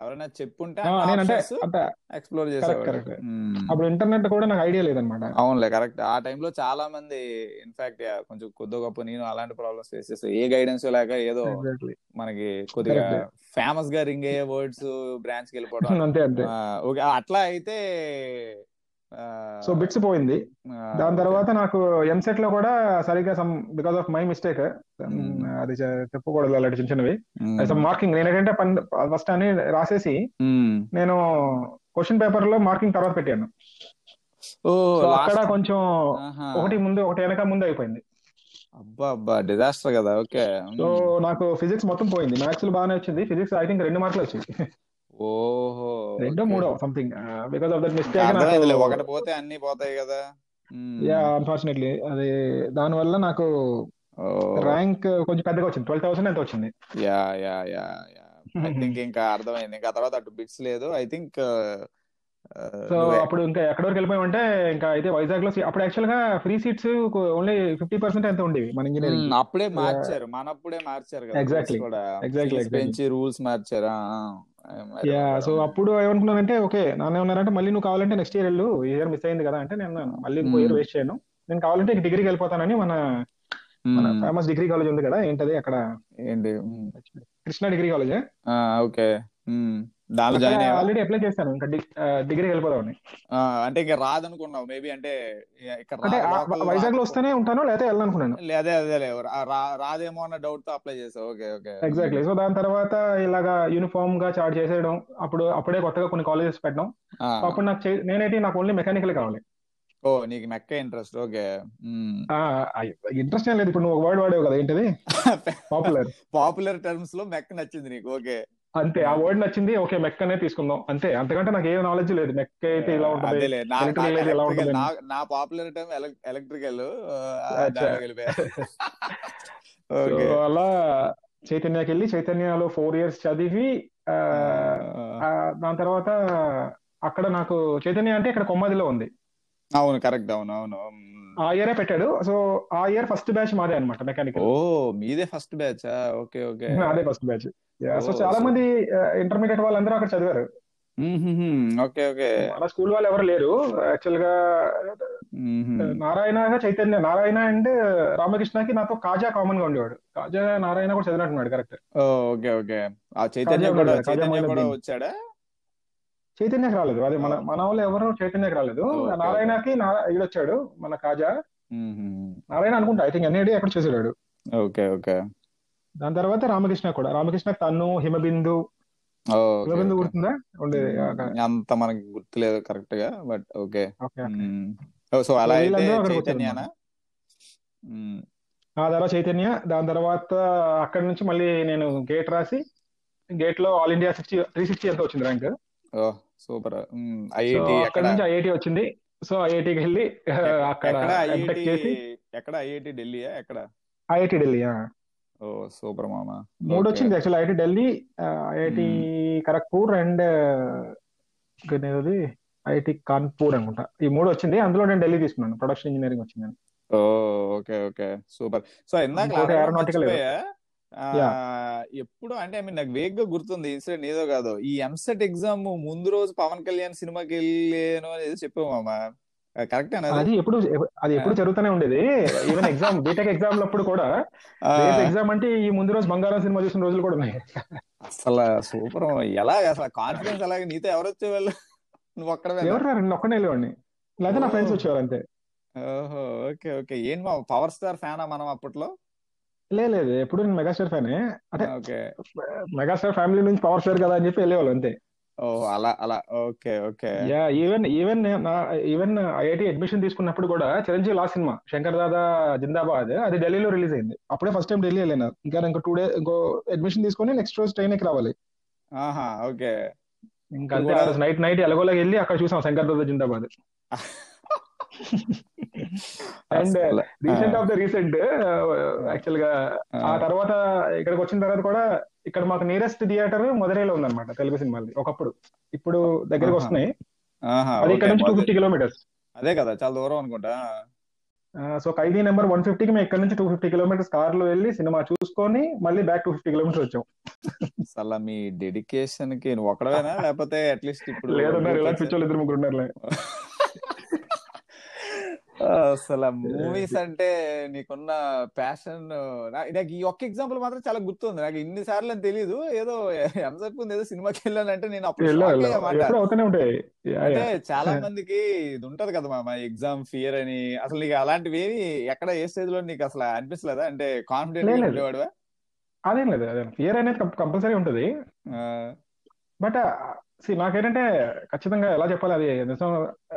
ఎవరైనా చెప్పుంటే ఆ, నేనంటే అంటే ఎక్స్ప్లోర్ చేసేవాడు correct. మ్మ్. అప్పుడు ఇంటర్నెట్ కూడా నాకు ఐడియా లేదనమాట అవునులే కరెక్ట్ ఆ టైంలో చాలా మంది ఇన్ఫాక్ట్ కొంచెం కొద్ది గొప్ప నేను అలాంటి ప్రాబ్లమ్స్ ఫేస్ చేస్తా ఏ గైడెన్స్ లేక ఏదో ఎగ్జాక్ట్లీ మనకి కొద్దిగా Correct. ఫేమస్ గా రింగ్ అయ్యే వర్డ్స్ బ్రాంచ్ కి వెళ్ళిపోవడం అంతే అంతే ఆ, ఓకే అట్లా అయితే ఆ, సో బిట్స్ పోయింది ఆ, దాని ఓకే. తర్వాత నాకు ఎంసెట్ లో కూడా సరిగ్గా some because of my mistake Hmm. అది చె- చెప్పకూడదు అలాంటి చిన్న చిన్నవి మ్మ్. సమ్ మార్కింగ్ నేను ఏంటంటే ఫస్ట్ అని రాసేసి మ్మ్. నేను క్వశ్చన్ పేపర్ లో మార్కింగ్ తర్వాత పెట్టాను ఓ సో last- Ah. అక్కడ కొంచెం ఆహా. ఒకటి ముందు ఒకటి వెనక ముందు అయిపోయింది అబ్బా అబ్బా డిజాస్టర్ కదా ఓకే మ్మ్. సో నాకు ఫిజిక్స్ మొత్తం పోయింది మ్యాథ్స్ లో బాగానే వచ్చింది ఫిజిక్స్ ఐ థింక్ రెండు మార్కులు వచ్చింది ఓహో రెండో ఓకే. మూడో Ah, something because of that ఇంకా అర్థమైందిలే మిస్టేక్ ఒకటి పోతే అన్ని పోతాయి కదా మ్మ్. యా అన్ఫార్చునేట్లీ అది దానివల్ల నాకు ఓ, ర్యాంక్ కొంచెం పెద్దగా వచ్చింది ట్వెల్వ్ థౌసండ్ ఎంత వచ్చింది yeah yeah yeah yeah I think ఇంకా అర్థమైంది ఇంకా తర్వాత అటు బిట్స్ లేదు ఐ థింక్ సో అప్పుడు ఇంకా ఎక్కడి వరకు వెళ్ళిపోయామంటే ఇంకా అయితే వైజాగ్ లో సీ- అప్పుడు యాక్చువల్ గా free seats only fifty percent ఎంత ఉండేవి మన ఇంజనీరింగ్ అప్పుడే మార్చారు మనప్పుడే మార్చారు కదా Exactly. rules కూడా Exactly, Fees పెంచి రూల్స్ మార్చారు ఆ, ఆ. I remember. యా సో అప్పుడు ఏమనుకున్నానంటే ఓకే నాన్న ఏమన్నారంటే మళ్ళీ నువ్వు కావాలంటే నెక్స్ట్ ఇయర్ వెళ్ళు ఇయర్ మిస్ అయింది కదా అంటే నేను మళ్ళీ ఇంకో ఇయర్ Hmm. వేస్ట్ చేయను నేను కావాలంటే డిగ్రీకి వెళ్ళిపోతానని మన మ్మ్. మన ఫేమస్ డిగ్రీ కాలేజ్ ఉంది కదా ఏంటది అక్కడ ఏంటి మ్మ్. కృష్ణా డిగ్రీ కాలేజ్ ఆ, ఓకే మ్మ్. దానిలో జాయిన్ అయ్యా ఆల్రెడీ అప్లై చేశాను ఇంకా డిగ్రీ వెళ్ళిపోదామని ఆ, అంటే ఇక రాదనుకున్నావు మేబీ అంటే ఇ- ఇక్కడ అంటే రా- ఆ- లోకల్ వైజాగ్ లో రాదు. వస్తేనే ఉంటాను లేకపోతే వెళ్ళాలనుకున్నాను లే, అదే అదే లే, రా- రా- రాదేమో అన్న డౌట్ తో అప్లై చేసావు ఓకే ఓకే ఎగ్జాక్ట్లీ సో దాని తర్వాత ఇలాగా యూనిఫామ్ గా చార్జ్ చేసేయడం అప్పుడు అప్పుడే కొత్తగా కొన్ని కాలేజెస్ పెట్టడం ఆ, So అప్పుడు నాకు చే- నేనైతే నాకు ఓన్లీ మెకానికల్ కావాలి ఓ నీకు మెక్క ఇంట్రెస్ట్ ఓకే Hmm. ఇంట్రెస్ట్ ఏం లేదు ఇప్పుడు నువ్వు ఒక వర్డ్ వాడేవు కదా ఏంటిది పాపులర్ పాపులర్ టర్మ్స్ లో మెక్క నచ్చింది నీకు ఓకే అంతే ఆ వర్డ్ నచ్చింది ఓకే మెక్ అనే తీసుకుందాం అంతే అంతకంటే నాకు ఏ నాలెడ్జ్ లేదు మెక్ అయితే ఇలా ఉంటుంది అదేలే నా- electrical నా- అయితే ఎలా electrical, ఉంటుంది? నా- నా పాపులర్ టర్మ్ ఎలక్ట్రికల్ అచ్చా. దానిలోకి వెళ్ళిపోయా So ఓకే అలా చైతన్యకి వెళ్ళి చైతన్యలో ఫోర్ ఇయర్స్ చదివి ఆ, ఆ, దాని తర్వాత అక్కడ నాకు చైతన్య అంటే ఇక్కడ కొమ్మదిలో ఉంది అవును కరెక్ట్ అవును అవును మ్మ్. ఆ ఇయరే పెట్టాడు సో ఆ ఇయర్ ఫస్ట్ బ్యాచ్ మాదే అనమాట మెకానికల్ ఓ మీదే ఫస్ట్ బ్యాచ్ ఓకే ఓకే అదే ఫస్ట్ బ్యాచ్ సో Oh, చాలా so- మంది ఇంటర్మీడియట్ వాళ్ళందరూ అక్కడ చదివారు Hmm, ఓకే ఓకే మన స్కూల్ వాళ్ళు ఎవరు లేరు యాక్చువల్ గా Hmm, నారాయణ చైతన్య నారాయణ అండ్ రామకృష్ణకి నాతో కాజా కామన్ గా ఉండేవాడు కాజా నారాయణ కూడా చదివినట్టున్నాడు కరెక్ట్ ఓ, ఓకే ఓకే ఆ చైతన్య కాజా కూడా ఉన్నాడు, కాజా చైతన్య మౌలవీ. కూడా వచ్చాడా చైతన్యకి రాలేదు అదే మన మన వాళ్ళు ఎవరు చైతన్యకి రాలేదు Okay, okay. నారాయణకి నారా- ఈడు వచ్చాడు మన కాజా మ్మ్. నారాయణ అనుకుంటా ఐ థింక్ ఎన్ఐడి అక్కడ చేసేవాడు ఓకే ఓకే దాని తర్వాత రామకృష్ణ కూడా రామకృష్ణ తన్ను Himabindu oh, okay, Himabindu Hmm. గుర్తుందా ఉండేది ఓకే. అంత మనకి గుర్తులేదు కరెక్ట్ గా బట్ ఓకే ఓకే మ్మ్. ఓ, సో అలా అయితే వీళ్ళందరూ అక్కడికి వచ్చారు చైతన్యనా అన్నమాట. ఆ తర్వాత చైతన్య దాని తర్వాత అక్కడి నుంచి మళ్ళీ నేను గేట్ రాసి గేట్ లో all India sixty three sixty ఎంత వచ్చింది ర్యాంక్ ఓ సూపర్ సో ఐఐటి అక్కడ ఎక్కడ నుంచి ఐఐటి వచ్చింది సో ఐఐటికి వెళ్ళి ఆ, అక్కడ ఎక్కడ ఎంటెక్ ఐఐటి చేసి ఎక్కడ ఐఐటి ఢిల్లీయా ఎక్కడ ఐఐటి ఢిల్లీ ఆ. ఓ సూపర్ మామ మూడు Okay. వచ్చింది actual IIT Delhi IIT Kharagpur and IIT Kanpur అనుకుంటా ఈ మూడు వచ్చింది అందులో నేను ఢిల్లీ తీసుకున్నాను ప్రొడక్షన్ ఇంజనీరింగ్ వచ్చింది ఓ ఓకే ఓకే సూపర్ సో ఇందాక ఇంకోటి అడగడం aeronautical ఏదో. మర్చిపోయా. ఆ, Yeah. ఎప్పుడు అంటే ఐ మీన్ నాకు వేగ్ గా గుర్తుంది ఇన్సిడెంట్ ఏదో కాదు ఈ ఎంసెట్ ఎగ్జామ్ ముందు రోజు పవన్ కళ్యాణ్ సినిమాకి వెళ్ళాను అనేది చెప్పావు మామ కరెక్ట్ అనేది అది ఎప్పుడు అది ఎప్పుడు జరుగుతూనే ఉండేది ఈవెన్ ఎగ్జామ్ బీటెక్ ఎగ్జామ్ అప్పుడు కూడా ఎగ్జామ్ అంటే ఈ ముందు రోజు బంగారం సినిమా చూసిన రోజులు కూడా ఉన్నాయి అసలు సూపర్ ఎలా అసలు కాన్ఫిడెన్స్ అలాగే నీతో ఎవరు వచ్చేవాళ్ళు నువ్వు ఒక్కడవే ఎవరు రారు నేను ఒక్కడే వెళ్ళేవాడిని లేదా నా ఫ్రెండ్స్ వచ్చేవారు అంతే ఓహో ఓకే ఓకే ఏంటి మా పవర్ స్టార్ ఫ్యానా మనం అప్పట్లో లే లేదు ఎప్పుడు నేను మెగాస్టార్ ఫ్యాన్ అంటే ఓకే మెగాస్టార్ ఫ్యామిలీ నుంచి పవర్ స్టార్ కదా అని చెప్పి వెళ్ళేవాళ్ళు అంతే ఓ అలా అలా okay okay yeah even even uh, నా ఈవెన్ ఐఐటి అడ్మిషన్ తీసుకున్నప్పుడు కూడా చిరంజీవి లాస్ట్ సినిమా శంకర్ దాదా జిందాబాద్ అది ఢిల్లీలో రిలీజ్ అయింది అప్పుడే ఫస్ట్ టైం ఢిల్లీ వెళ్ళాను ఇంకా ఇంకో టూ డే ఇంకో అడ్మిషన్ తీసుకొని నెక్స్ట్ రోజు ట్రైన్ ఎక్కి రావాలి ఆహా ఓకే ఇంకా అంతే ఆ రోజు నైట్ నైట్ ఎలగోలాగా వెళ్ళి అక్కడ చూసాం శంకర్ దాదా జిందాబాద్ అండ్ అసలు, recent of the recent actual uh, గా ఆ, ఆ తర్వాత ఇక్కడికి వచ్చిన తర్వాత కూడా ఇక్కడ మాకు నియరెస్ట్ థియేటర్ మధురైలో ఉందన్నమాట తెలుగు సినిమాలది ఒకప్పుడు ఇప్పుడు దగ్గరికి ఆహా. వస్తున్నాయి ఆహా, అది ఇక్కడ ఓకే, నుంచి టూ మొదలు- ఫిఫ్టీ కిలోమీటర్స్ అదే కదా చాలా దూరం అనుకుంటా సో ఖైదీ నెంబర్ వన్ ఫిఫ్టీకి మేము ఇక్కడ నుంచి టూ ఫిఫ్టీ కిలోమీటర్స్ కార్లో వెళ్ళి సినిమా చూసుకొని మళ్ళీ బ్యాక్ టూ ఫిఫ్టీ కిలోమీటర్స్ వచ్చాం అసలు మీ డెడికేషన్ కి నువ్వు ఒక్కడవేనా లేకపోతే అట్లీస్ట్ ఇప్పుడు లేదన్నారు ఇలా పిచ్చోళ్ళు ఇద్దరు ముగ్గురు ఉన్నారు అసలు మూవీస్ అంటే నీకున్న ప్యాషన్ నాకు ఈ ఒక్క ఎగ్జాంపుల్ మాత్రం చాలా గుర్తుంది నాకు ఇన్ని సార్లు అని తెలియదు ఏదో ఎంసెట్ ముందు ఏదో సినిమాకి వెళ్ళానంటే నేను అప్పుడు వెళ్ళా shock వెళ్ళా అయ్యామాట. ఎప్పుడు అవుతూనే ఉంటాయి యా, అంటే యా. చాలా మందికి ఇది ఉంటది కదా మామ ఎగ్జామ్ ఫియర్ అని అసలు నీకు అలాంటివి ఏమి ఎక్కడ ఏ స్టేజ్ లో నీకు అసలు అనిపించలేదా అంటే కాన్ఫిడెంట్ లేదు. ఉండేవాడువా అదేం లేదు అదే ఫియర్ అనేది కంపల్సరీ ఉంటుంది ఆ, బట్ uh, నాకేంటంటే ఖచ్చితంగా ఎలా చెప్పాలి అది నిజం ఆ,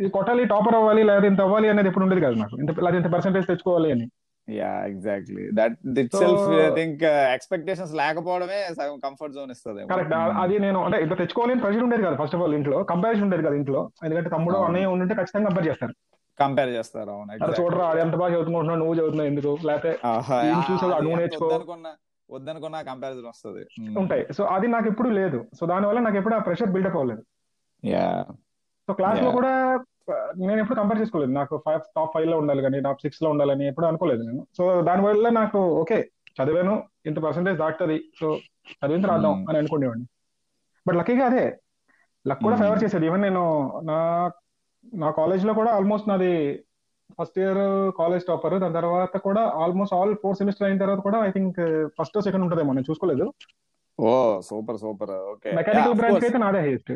ఇది కొట్టాలి టాపర్ అవ్వాలి లేదా ఇంత అవ్వాలి అనేది ఎప్పుడు ఉండేది కాదు నాకు ఇంత లేదా ఇంత పర్సెంటేజ్ తెచ్చుకోవాలి అని yeah exactly that it So- self I think expectations uh, లేకపోవడమే సగం కంఫర్ట్ జోన్ ఇస్తుంది కరెక్ట్ అది నేను అంటే ఇంత తెచ్చుకోవాలి అని ప్రెషర్ ఉండేది కాదు ఫస్ట్ ఆఫ్ ఆల్ ఇంట్లో కంపారిజన్ ఉండేది కాదు ఇంట్లో ఎందుకంటే తమ్ముడు అవును. అన్నయ్య ఉంటే ఖచ్చితంగా కంపేర్ చేస్తారు కంపేర్ చేస్తారు అవును అరే exactly. చూడరా అది ఎంత బాగా చదువుకుంటున్నావు నువ్వు చదువుతున్నావు ఎందుకు లేకపోతే ఆహా, ఏం ఆ- చూసావు, అది అడుగు ఎంత నేర్చుకో. వద్దనుకున్నా వద్దనుకున్నా కంపారిజన్ వస్తుంది ఉంటాయి సో అది నాకు ఎప్పుడు లేదు సో దానివల్ల నాకు ఎప్పుడు ఆ ప్రెషర్ బిల్డప్ అవ్వలేదు యా సో క్లాస్ లో Yeah. కూడా ఆ, నేను ఎప్పుడు కంపేర్ చేసుకోలేదు నాకు ఫైవ్ టాప్ ఫైవ్ లో ఉండాలి కానీ టాప్ సిక్స్ లో ఉండాలని ఎప్పుడు అనుకోలేదు నేను సో దానివల్ల నాకు ఓకే చదివాను ఇంత పర్సెంటేజ్ దాటుతుంది సో చదివిన రాద్దాం Hmm. అని అనుకునేవాడిని బట్ లక్కీగా అదే లక్ కూడా Hmm. ఫేవర్ చేసేది ఈవెన్ నేను నా నా కాలేజ్ లో కూడా ఆల్మోస్ట్ నాది ఫస్ట్ ఇయర్ కాలేజ్ టాపర్ దాని తర్వాత కూడా ఆల్మోస్ట్ ఆల్ ఫోర్ సెమిస్టర్ అయిన తర్వాత కూడా ఐ థింక్ ఫస్ట్ సెకండ్ ఉంటుందేమో నేను చూసుకోలేదు ఓ super super okay mechanical branch అయితే నాదే హైయెస్ట్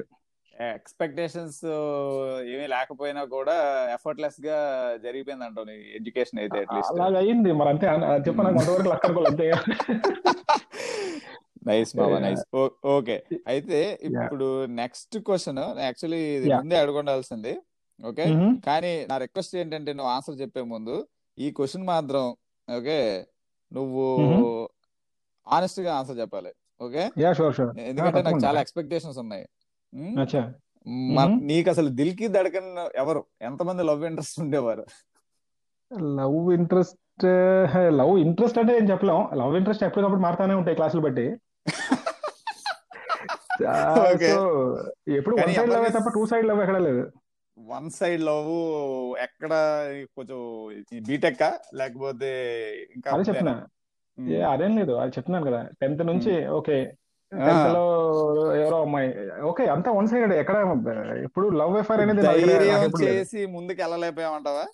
ఎక్స్పెక్టేషన్స్ uh, ఏమీ లేకపోయినా కూడా ఎఫర్ట్లెస్ గా జరిగిపోయింది అంటావు ఎడ్యుకేషన్ అయితే అట్లీస్ట్ అలాగ అయింది మరి అంతే చెప్పాను కొంతవరకు లక్ అనుకోవాలి అంతే నైస్ బాబా Yeah. నైస్ ఓకే అయితే ఇప్పుడు నెక్స్ట్ క్వశ్చన్ యాక్చువల్లీ ఇది Yeah. ముందే అడగొండాల్సింది ఓకే Mhm. కానీ నా రిక్వెస్ట్ ఏంటంటే నువ్వు ఆన్సర్ చెప్పే ముందు ఈ క్వశ్చన్ మాత్రం ఓకే నువ్వు Mhm. ఆనెస్ట్ గా ఆన్సర్ చెప్పాలి ఓకే యా షూర్ షూర్ ఎందుకంటే నాకు Ah, తప్పకుండా. చాలా ఎక్స్పెక్టేషన్స్ ఉన్నాయి ఉమ్, అచ్చా మన- Mhm. నీకు అసలు దిల్కి దడకన్ ఎవరు ఎంతమంది లవ్ ఇంట్రెస్ట్ ఉండేవారు లవ్ ఇంట్రెస్ట్ లవ్ ఇంట్రెస్ట్ అంటే ఏం చెప్పలేం లవ్ ఇంట్రెస్ట్ ఎప్పటికప్పుడు మారుతానే ఉంటాయి క్లాసులు బట్టి Okay. So, ఎప్పుడు కానీ వన్ సైడ్ లవ్ ఎవరిని- తప్ప టూ సైడ్ లవ్ ఎక్కడ లేదు వన్ సైడ్ లవ్ ఎక్కడ కొంచెం బీటెక్ లేకపోతే ఇంకా అదే చెప్తున్నా ఉమ్. ఏ, అదేం లేదు అది చెప్తున్నాను కదా టెన్త్ నుంచి ఓకే ఆ. టెన్త్ లో ఎవరో అమ్మాయి ఓకే అంతా వన్ సైడ్ ఎక్కడ ఎప్పుడు లవ్ ఎఫ్ఐఆర్ అనేది నా దగ్గర ధైర్యం నాకు ఎప్పుడు లేదు చేసి ముందుకు వెళ్ళలేకపోయామంటావా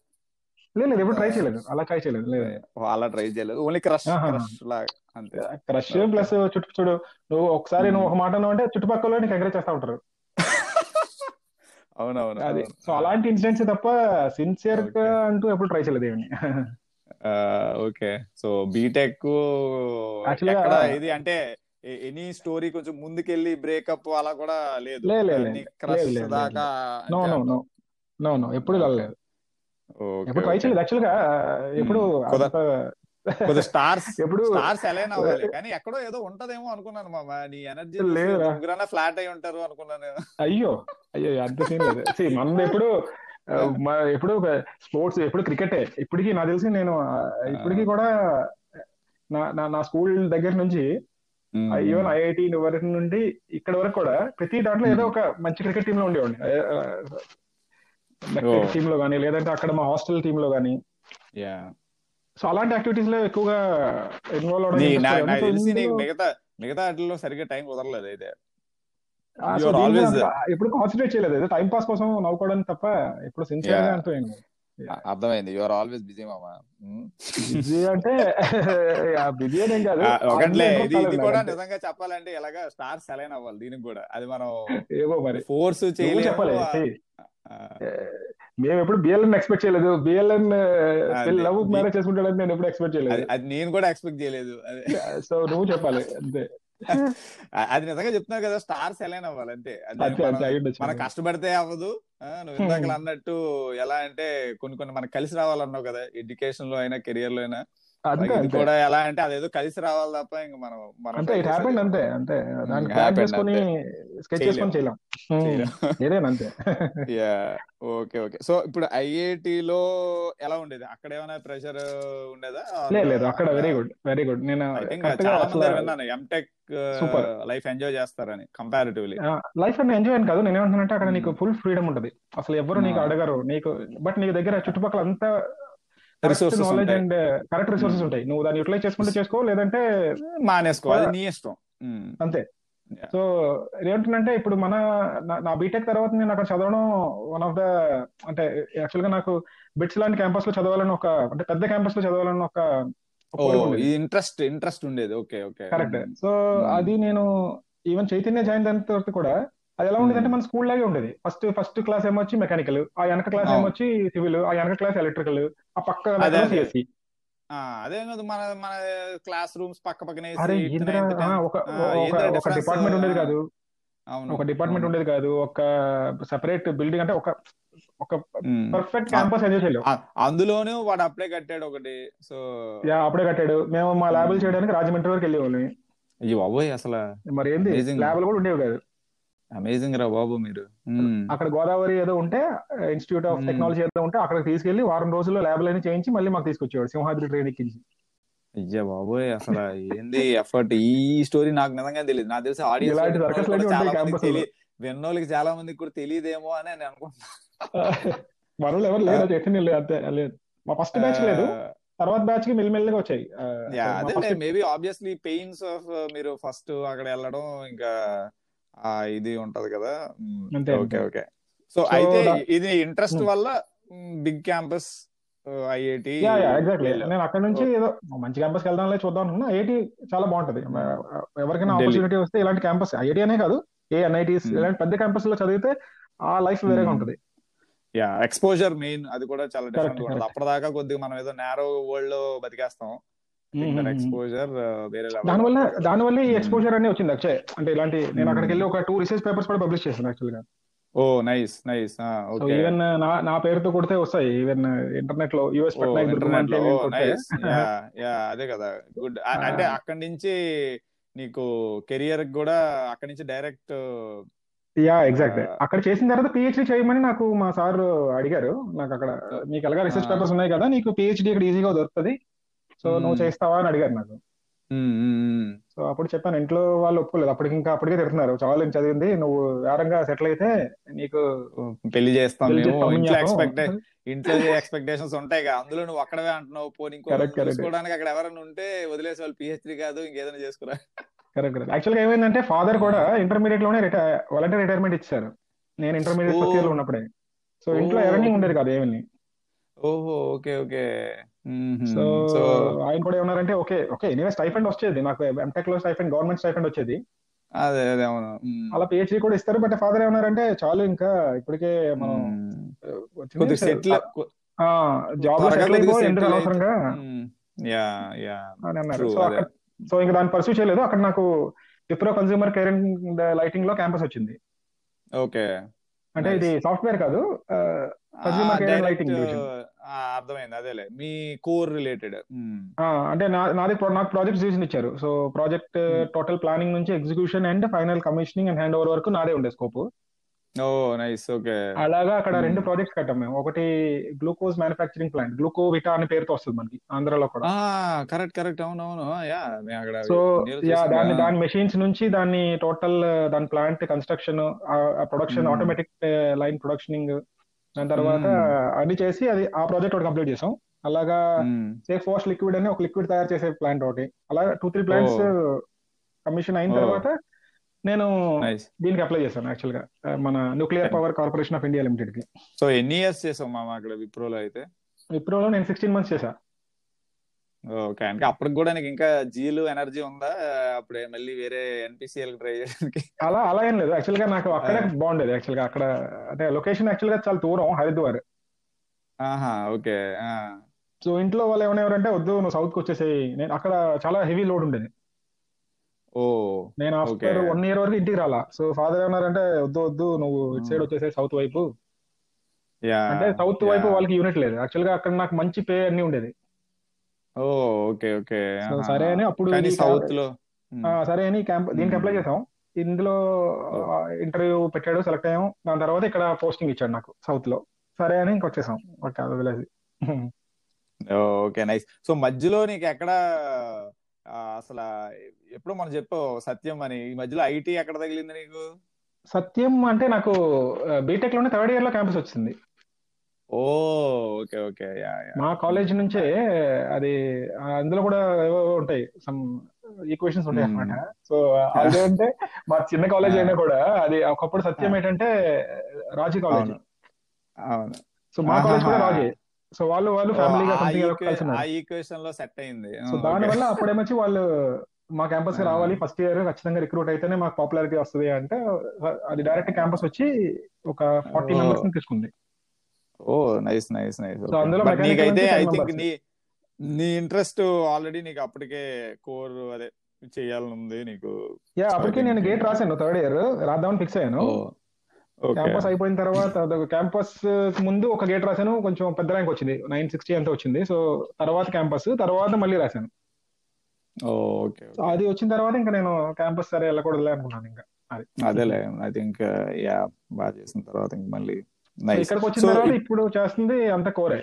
లేదు లేదు, ఎప్పుడు ట్రై చేయలేదు అలా ట్రై చేయలేదు లేదు అలా ట్రై చేయలేదు ఓన్లీ క్రష్ ఆహా. క్రష్ లాగా అంతే క్రష్ ప్లస్ చుట్టూ చూడు నువ్వు ఒకసారి నువ్వు ఒక మాట అన్నావు అంటే చుట్టుపక్కల నీకు ఎంకరేజ్ చేస్తా ఉంటారు అవునవును అది అవును. సో అలాంటి ఇన్సిడెంట్స్ తప్ప సిన్సియర్ గా Okay. అంటూ ఎప్పుడు ట్రై చేయలేదు ఏమి ఆ, ఓకే సో బీటెక్ Actually, ఎక్కడ ఆ- ఇది అంటే ఎనీ స్టోరీ కొంచెం ముందుకెళ్ళి బ్రేకప్ అలా కూడా లేదు లే, లే, లే. లేదు, క్రష్ లేదు, లేదు. దాకా నో అంతే నో నో నో నో ఎప్పుడు Okay. వెళ్ళలేదు ఓకే, ఎప్పుడు ట్రై ఓకే. చేయలేదు యాక్చువల్ గా ఎప్పుడు కుదర- అంత కొద్దిగా స్టార్స్ ఎప్పుడు స్టార్స్ అలైన్ అవ్వాలి కానీ ఎక్కడో ఏదో ఉంటదేమో అనుకున్నాను మామ నీ ఎనర్జీ లేదురా. ముగ్గురన్నా ఫ్లాట్ అయి ఉంటారు అనుకున్నాను నేను. అయ్యో అయ్యో అంత సీన్ లేదు See, మనం ఎప్పుడు ఆ, మా- ఎప్పుడు స్పోర్ట్స్ ఎప్పుడు క్రికెటే ఇప్పటికీ నాకు తెలిసి నేను ఆ, ఇప్పటికీ కూడా నా నా నా స్కూల్ దగ్గర నుంచి ఈవెన్ ఐఐటి వరకు నుండి ఇక్కడ వరకు కూడా ప్రతి దాంట్లో ఏదో ఒక మంచి క్రికెట్ టీమ్ లో ఉండేవాడిని ఓ. టీమ్ లో కానీ లేదంటే అక్కడ మా హాస్టల్ టీమ్ లో కానీ యా సో అలాంటి యాక్టివిటీస్ లో ఎక్కువగా ఇన్వాల్వ్ నీ అవడం నాకు నాకు తెలిసి నీకు మిగతా మిగతా ఆటల్లో సరిగ్గా టైం కుదరలేదు అయితే you are always- ఎప్పుడు కాన్సన్ట్రేట్ చేయలేదు ఏదో టైం పాస్ కోసం నవ్వుకోవడానికి తప్ప ఎప్పుడు సిన్సియర్ గా Yeah. అంటూ ఏం లేదు. అ- అర్థమైంది యు ఆర్ ఆల్వేస్ బిజీ మామా ఉమ్. బిజీ అంటే బిజీ అనేం కాదు ఆ, ఒకట్లే అందులో ఇది ఇంకో ఇది కాలం కూడా నాకు. నిజంగా చెప్పాలంటే ఎలాగా స్టార్ సెలైన్ అవ్వాలి దీనికి కూడా అది మనం ఏవో మరి ఫోర్స్ నువ్వు చెప్పాలి చేయలేదు మేము ఎప్పుడు బిఎల్ఎన్ ఎక్స్పెక్ట్ చేయలేదు బిఎల్ఎన్ అదే. లవ్ మ్యారేజ్ చేసుకుంటాడని నేను ఎప్పుడు ఎక్స్పెక్ట్ చేయలేదు అది నేను కూడా ఎక్స్పెక్ట్ చేయలేదు అది సో నువ్వు చెప్పాలి అంతే అ- అది నిజంగా చెప్తున్నారు కదా స్టార్ సెలైన్ అవ్వాలి అంతే అది అంతే అంతే మనం- అయ్యి ఉండొచ్చు. మనం కష్టపడితే అవ్వదు ఆ, నువ్వు ఇందాక Hmm. అన్నట్టు ఎలా అంటే కొన్ని కొన్ని మనకు కలిసి రావాలన్నావు కదా ఎడ్యుకేషన్ లో అయినా కెరియర్ లో అయినా అంతే ఇది అంతే కూడా ఎలా అంటే అదేదో కలిసి రావాలి తప్ప ఇంక మనం మనం అంతే ఇట్ హ్యాపెండ్ అంతే అంతే దాన్ని Hmm, ప్లాన్ happened చేసుకొని స్కెచ్ చేసుకొని చేయలేం ఏదేనా అంతే ఓకే ఓకే సో ఇప్పుడు ఐఐటి లో ఎలా ఉండేది అక్కడ ఏమైనా ప్రెషర్ ఉండేదా లేదు లేదు అక్కడ వెరీ గుడ్ వెరీ గుడ్ నేను ఐ థింక్ కరెక్ట్ గా చాలా మంది అసలు విన్నాను ఎంటెక్ Super. లైఫ్ ఎంజాయ్ చేస్తారని కంపారిటివ్లీ లైఫ్ అన్న ఎంజాయ్ అని కాదు నేనేమంటున్నానంటే అక్కడ నీకు Hmm. ఫుల్ ఫ్రీడమ్ ఉంటది అసలు ఎవరు నీకు Ah. అడగరు నీకు బట్ నీ దగ్గర చుట్టుపక్కల అంతా కరెక్ట్ Resources నాలెడ్జ్ ఉంటాయి. And correct resources Hmm. uh, ఉంటాయి నువ్వు దాన్ని యూటిలైజ్ చేసుకుంటే చేసుకో లేదంటే మానేసుకో అది నీ ఇష్టం ఉమ్. అంతే Yeah. సో ఏమంటుందంటే ఇప్పుడు మన నా- నా బీటెక్ తర్వాత నేను అక్కడ చదవడం వన్ ఆఫ్ ద అంటే యాక్చువల్ గా నాకు బిట్స్ లాంటి క్యాంపస్ లో చదవాలని ఒక అంటే పెద్ద క్యాంపస్ లో చదవాలని ఒక ఒక ఓ కోరిక ఉండేది. ఇది ఇంట్రెస్ట్ ఇంట్రెస్ట్ Oh, ఉండేది okay okay correct so Hmm. అది నేను ఈవెన్ చైతన్య జాయిన్ అయిన తర్వాత కూడా అది ఎలా ఉండేది అంటే Hmm. మన స్కూల్ లాగే ఉండేది ఫస్ట్ ఫస్ట్ క్లాస్ ఏమొచ్చి మెకానికల్ ఆ వెనక క్లాస్ అవును. ఏమొచ్చి సివిల్ ఆ వెనక క్లాస్ ఎలక్ట్రికల్ ఆ పక్క Oh. అదే, అదే. సిఎస్సి అదే కాదు మన మన క్లాస్ రూమ్స్ పక్క పక్కనే అరే ఏంద్రా, ఆ, ఒక ఆ, ఒక ఏంద్రా ఒక difference? డిపార్ట్మెంట్ ఉండేది కాదు అవును ఒక డిపార్ట్మెంట్ ఉండేది కాదు ఒక సెపరేట్ బిల్డింగ్ అంటే ఒక ఒక ఉమ్. పర్ఫెక్ట్ క్యాంపస్ ఎంజాయ్ చేయలేం ఆ, అందులోనే వాడు అప్పుడే కట్టాడు ఒకటి సో యా, అప్పుడే కట్టాడు మేము మా ల్యాబులు Hmm. చేయడానికి రాజమండ్రి వరకు వెళ్ళేవాళ్ళం అయ్యో బాబోయ్ అసలు మరి ఏంది Amazing. ల్యాబ్లు కూడా ఉండేవి కాదు అమేజింగ్ రా బాబు మీరు ఉమ్. అక్కడ గోదావరి ఏదో ఉంటే ఇన్స్టిట్యూట్ ఆఫ్ Hmm. టెక్నాలజీ ఏదో ఉంటే అక్కడికి తీసుకెళ్లి వారం రోజుల్లో ల్యాబ్లు అయినా చేయించి మళ్ళీ మాకు తీసుకొచ్చేవాడు సింహాద్రి ట్రైన్ ఎక్కించి అయ్యా బాబోయ్ అసలు ఏంది ఎఫర్ట్ ఈ స్టోరీ నాకు నిజంగా తెలియదు నాకు తెలిసి ఆడియన్స్ ఇలాంటి circus లన్నీ చాలా మందికి ఉంటాయి campus లో. తెలియ విన్నోళ్ళకి చాలా మందికి కూడా తెలియదేమో అని నేను అనుకుంటున్నాను మనలో ఎవరు లేదు చైతన్యం లేదు అంతే లేదు మా ఫస్ట్ బ్యాచ్ లేదు తర్వాత బ్యాచ్ కి మెల్లిమెల్లిగా వచ్చాయి ఆ, యా మా అదే first- maybe obviously pains of uh, మీరు ఫస్ట్ అక్కడ వెళ్ళడం ఇంకా ఆ ఇది ఉంటది కదా అంతే, ఓకే అంతే. ఓకే సో So, అయితే that- ఇది ఇంట్రెస్ట్ Hmm. వల్ల big campus uh, IIT yeah yeah exactly నేను అక్కడ నుంచి ఏదో మంచి క్యాంపస్ వెళ్దాంలే చూద్దాం అనుకున్నా ఐఐటి చాలా బాగుంటది ఎవరికైనా ఢిల్లీ. ఆపర్చునిటీ వస్తే ఇలాంటి క్యాంపస్ ఐఐటి అనే కాదు ఏ ఎన్ఐటీస్ Hmm. ఇలాంటి పెద్ద క్యాంపస్ లో చదివితే ఆ లైఫ్ వేరేగా Hmm. ఉంటది యా ఎక్స్పోజర్ మెయిన్ అది కూడా చాలా Correct, డిఫరెంట్ ఉంటుంది correct. అప్పటిదాకా కొద్దిగా మనం ఏదో నేరో వరల్డ్ లో బతికేస్తాం ఎక్స్పోజర్ వేరే level. దానివల్ల దానివల్ల ఈ Hmm. ఎక్స్పోజర్ అనేది వచ్చింది అక్షయ్ అంటే ఇలాంటి నేను Hmm. అక్కడికి వెళ్ళి ఒక టూ రీసెర్చ్ పేపర్స్ కూడా పబ్లిష్ చేశాను యాక్చువల్ గా oh nice nice so okay even నా నా పేరుతో కొడితే వస్తాయి ఈవెన్ ఇంటర్నెట్ లో యుఎస్ పట్నాయక్ దుర్గం అంటే నేను కొడితే నైస్ యా యా అదే కదా గుడ్ Ah. అంటే అక్కడి నుంచి నీకు కెరియర్ కూడా అక్కడి నుంచి డైరెక్ట్ యా ఎగ్జాక్ట్ Ah. అక్కడ చేసిన తర్వాత పిహెచ్డి చేయమని నాకు మా సార్ అడిగారు నాకు అక్కడ నీకు ఎలాగా రీసెర్చ్ Ah. పేపర్స్ ఉన్నాయి కదా నీకు పిహెచ్డి ఇక్కడ ఈజీగా దొరుకుతుంది సో Hmm. నువ్వు చేస్తావా అని అడిగారు నాకు సో అప్పుడు చెప్పాను ఇంట్లో వాళ్ళు ఒప్పుకోలేదు అప్పటికి ఇంకా అప్పటికే తిడుతున్నారు చాలా ఏం చదివింది నువ్వు వేరంగా సెటిల్ అయితే నీకు పెళ్లి చేస్తాం పెళ్లి మేము ఇంట్లో చేస్తామని జ్ఞాపకం. ఎక్స్పెక్ట్ ఇంట్లో ఎక్స్పెక్టేషన్స్ ఉంటాయి కదా అందులో నువ్వు అక్కడవే అంటున్నావు పోనీ ఇంకో Correct, correct. చూసుకోవడానికి అక్కడ ఎవరైనా ఉంటే వదిలేసి వాళ్ళు పిహెచ్డి కాదు ఇంకేదైనా చేసుకురా కరెక్ట్ కరెక్ట్ యాక్చువల్ గా ఏమైందంటే ఫాదర్ కూడా ఇంటర్మీడియట్ లోనే వాలంటీర్ రిటైర్మెంట్ ఇచ్చారు నేను ఇంటర్మీడియట్ ఫస్ట్ ఇయర్ లో ఉన్నప్పుడే సో ఇంట్లో Oh. ఎర్నింగ్ ఉండేది కాదు ఏమీ ఓహో ఓకే ఓకే సో సో ఆయన కూడా ఏమన్నారంటే ఓకే ఓకే ఎనీవే స్టైఫండ్ వచ్చేది నాకు ఎంటెక్ లో స్టైఫండ్ గవర్నమెంట్ స్టైఫండ్ వచ్చేది అదే అదే అవును Mm. అలా పిహెచ్డి కూడా ఇస్తారు బట్ ఫాదర్ ఏమన్నారంటే చాలు ఇంకా ఇప్పటికే మనం Mm. కొద్దిగా సెటిల్ జాబ్ లో త్వరగా కొద్దిగా సెటిల్ అయిపో ఎందుకు settle అనవసరంగా యా యా అని అన్నారు True, సో అదే. అక్కడ సో ఇంకా దాన్ని పర్సూ చేయలేదు అక్కడ నాకు Wipro consumer care and lighting లో క్యాంపస్ వచ్చింది ఓకే అంటే Nice. ఇది సాఫ్ట్వేర్ కాదు ఆ, Consumer care and lighting division. అర్థమైంది అదేలే మీ Hmm. కోర్ రిలేటెడ్ ఆ, అంటే నా నాది pro- నాకు ప్రాజెక్ట్ డివిజన్ ఇచ్చారు so project Hmm. Total planning నుంచి execution and final commissioning and hand over వరకు నాదే ఉండే స్కోప్ ఓ నైస్ ఓకే అలాగా అక్కడ Hmm. రెండు ప్రాజెక్ట్స్ కట్టాం మేము ఒకటి గ్లూకోజ్ మ్యానుఫ్యాక్చరింగ్ ప్లాంట్ గ్లూకోవిటా అనే పేరుతో వస్తుంది మనకి ఆంధ్రాలో కూడా కరెక్ట్ కరెక్ట్ అవును అవును యా నేను అక్కడ సో నేను యా చూసాను. దాని దాని మెషిన్స్ నుంచి దాన్ని టోటల్ దాని plant construction production Hmm. Automatic line productioning దాని తర్వాత Hmm. అన్ని చేసి అది ఆ ప్రాజెక్ట్ ఒకటి కంప్లీట్ చేసాం అలాగా మ్మ్. సేఫ్ వాష్ లిక్విడ్ అని ఒక లిక్విడ్ తయారు చేసే ప్లాంట్ ఒకటి అలా టూ త్రీ ప్లాంట్స్ కమిషన్ అయిన Oh. తర్వాత నేను నైస్ దీనికి అప్లై చేశాను యాక్చువల్ గా ఆ, మన nuclear Okay. Power corporation of India limited కి సో ఎన్ని ఇయర్స్ చేసావు మామ అక్కడ విప్రోలో అయితే విప్రోలో నేను సిక్స్టీన్ మంత్స్ చేశా ఓకే అంటే అప్పటికి కూడా నీకు ఇంకా జీలు ఎనర్జీ ఉందా అప్పుడే మళ్ళీ వేరే ఎన్పిసిఎల్ ట్రై చేయడానికి అలా అలా ఏం లేదు యాక్చువల్ గా నాకు అక్కడే Ah. బాగుండేది యాక్చువల్ గా అక్కడ అంటే లొకేషన్ యాక్చువల్ గా చాలా దూరం హరిద్వార్ ఆహా ఓకే సో ఇంట్లో వాళ్ళు ఏమనేవారంటే వద్దు నువ్వు సౌత్ కి వచ్చేసేయి నేను అక్కడ చాలా హెవీ లోడ్ ఉండేది ఓ నేను ఆఫ్టర్ Okay. వన్ ఇయర్ వరకు ఇంటికి రాలా సో ఫాదర్ ఏమన్నారంటే వద్దు వద్దు నువ్వు ఇటు సైడ్ Hmm. వచ్చేసే సౌత్ వైపు యా అంటే సౌత్ వైపు వాళ్ళకి యూనిట్ లేదు యాక్చువల్ గా అక్కడ నాకు మంచి పే అన్ని ఉండేది ఓ ఓకే ఓకే సో సరే అని అప్పుడు కానీ ఈ సౌత్ లో ఆ, సరే అని క్యాంప్ దీనికి Hmm. Oh. అప్లై చేసాం ఇందులో ఇంటర్వ్యూ పెట్టాడు సెలెక్ట్ అయ్యాం దాని తర్వాత ఇక్కడ పోస్టింగ్ ఇచ్చాడు నాకు సౌత్ లో సరే అని ఇంక వచ్చేసాం ఓకే అది వదిలేసి ఓకే నైస్ సో మధ్యలో నీకు ఎక్కడ ఆ, అసలు ఎప్పుడు మనం చెప్పావు సత్యం అని ఈ మధ్యలో ఐటీ ఎక్కడ తగిలింది నీకు సత్యం అంటే నాకు బీటెక్ లోనే థర్డ్ ఇయర్ లో క్యాంపస్ వచ్చింది ఓ ఓకే ఓకే యా యా మా కాలేజ్ నుంచే అది ఆ, అందులో కూడా ఏవో ఉంటాయి సమ్ ఈక్వేషన్స్ ఉంటాయి Hmm. అన్నమాట సో అదేంటే మా చిన్న కాలేజ్ అయినా కూడా అది ఒకప్పుడు సత్యం Ah. ఏంటంటే రాజీ కాలేజ్ అవును అవును సో మా కాలేజ్ కూడా ఆహాహా. రాజే సో వాళ్ళు వాళ్ళు ఫ్యామిలీగా something ఏదో కలిసి ఉన్నారు ఈక్వేషన్ లో సెట్ అయింది సో దాని వల్ల అప్పుడేమొచ్చి వాళ్ళు మా క్యాంపస్ కి ఆ. రావాలి ఫస్ట్ ఇయర్ ఖచ్చితంగా రిక్రూట్ అయితేనే మాకు పాపులారిటీ వస్తుంది అంటే అది డైరెక్ట్ క్యాంపస్ వచ్చి ఒక ఫార్టీ ఓ. మెంబర్స్ ని తీసుకుంది oh nice nice nice So, అందులో mechanical నీకైతే నుంచి ఐ 10 థింక్ members. నీ నీ ఇంట్రెస్ట్ ఆల్రెడీ నీకు అప్పటికే కోర్ అదే చేయాలనుంది నీకు యా అప్పటికి నేను Okay. గేట్ రాశాను థర్డ్ ఇయర్ రాద్దామని ఫిక్స్ Oh, అయ్యాను ఓకే క్యాంపస్ అయిపోయిన తర్వాత అదొక క్యాంపస్ ముందు ఒక గేట్ రాశాను కొంచెం పెద్ద ర్యాంక్ వచ్చింది నైన్ సిక్స్టీ అంతా వచ్చింది సో తర్వాత క్యాంపస్ తర్వాత మళ్ళీ రాశాను ఓకే సో అది వచ్చిన తర్వాత ఇంకా నేను క్యాంపస్ సరే వెళ్ళకూడదులే అనుకున్నాను ఇంకా అది అదేలే ఐ థింక్ యా బాగా చేసిన తర్వాత ఇంక మళ్ళీ సో నైస్ ఇక్కడికి వచ్చిన So, తర్వాత ఇప్పుడు చేస్తుంది అంత Uh, కోరే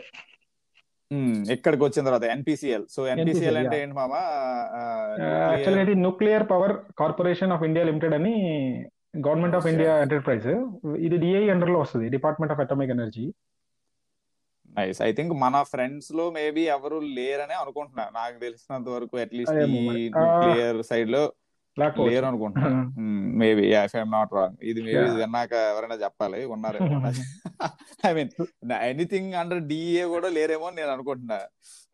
ఇక్కడికి వచ్చిన తర్వాత ఎన్పిసిఎల్ సో NPCL, ఎన్పిసిఎల్ అంటే yeah. ఏంటి మామా యాక్చువల్గా ఇది nuclear power corporation of India limited అని government of Okay. India enterprise ఇది డిఐ అండర్ లో వస్తుంది department of atomic energy nice I think మన ఫ్రెండ్స్ లో మేబీ ఎవరు లేరనే అనుకుంటున్నా నాకు తెలిసినంత వరకు అట్లీస్ట్ అదేమో ఈ మరి. ఆ. న్యూక్లియర్ సైడ్ లో లేరు లేకపోవచ్చు అనుకుంటున్నా maybe I I'm not wrong ఇది మేబీ Yeah. విన్నాక ఎవరైనా చెప్పాలి ఉన్నారేమో I mean anything under DA కూడా లేరేమో అని నేను అనుకుంటున్నా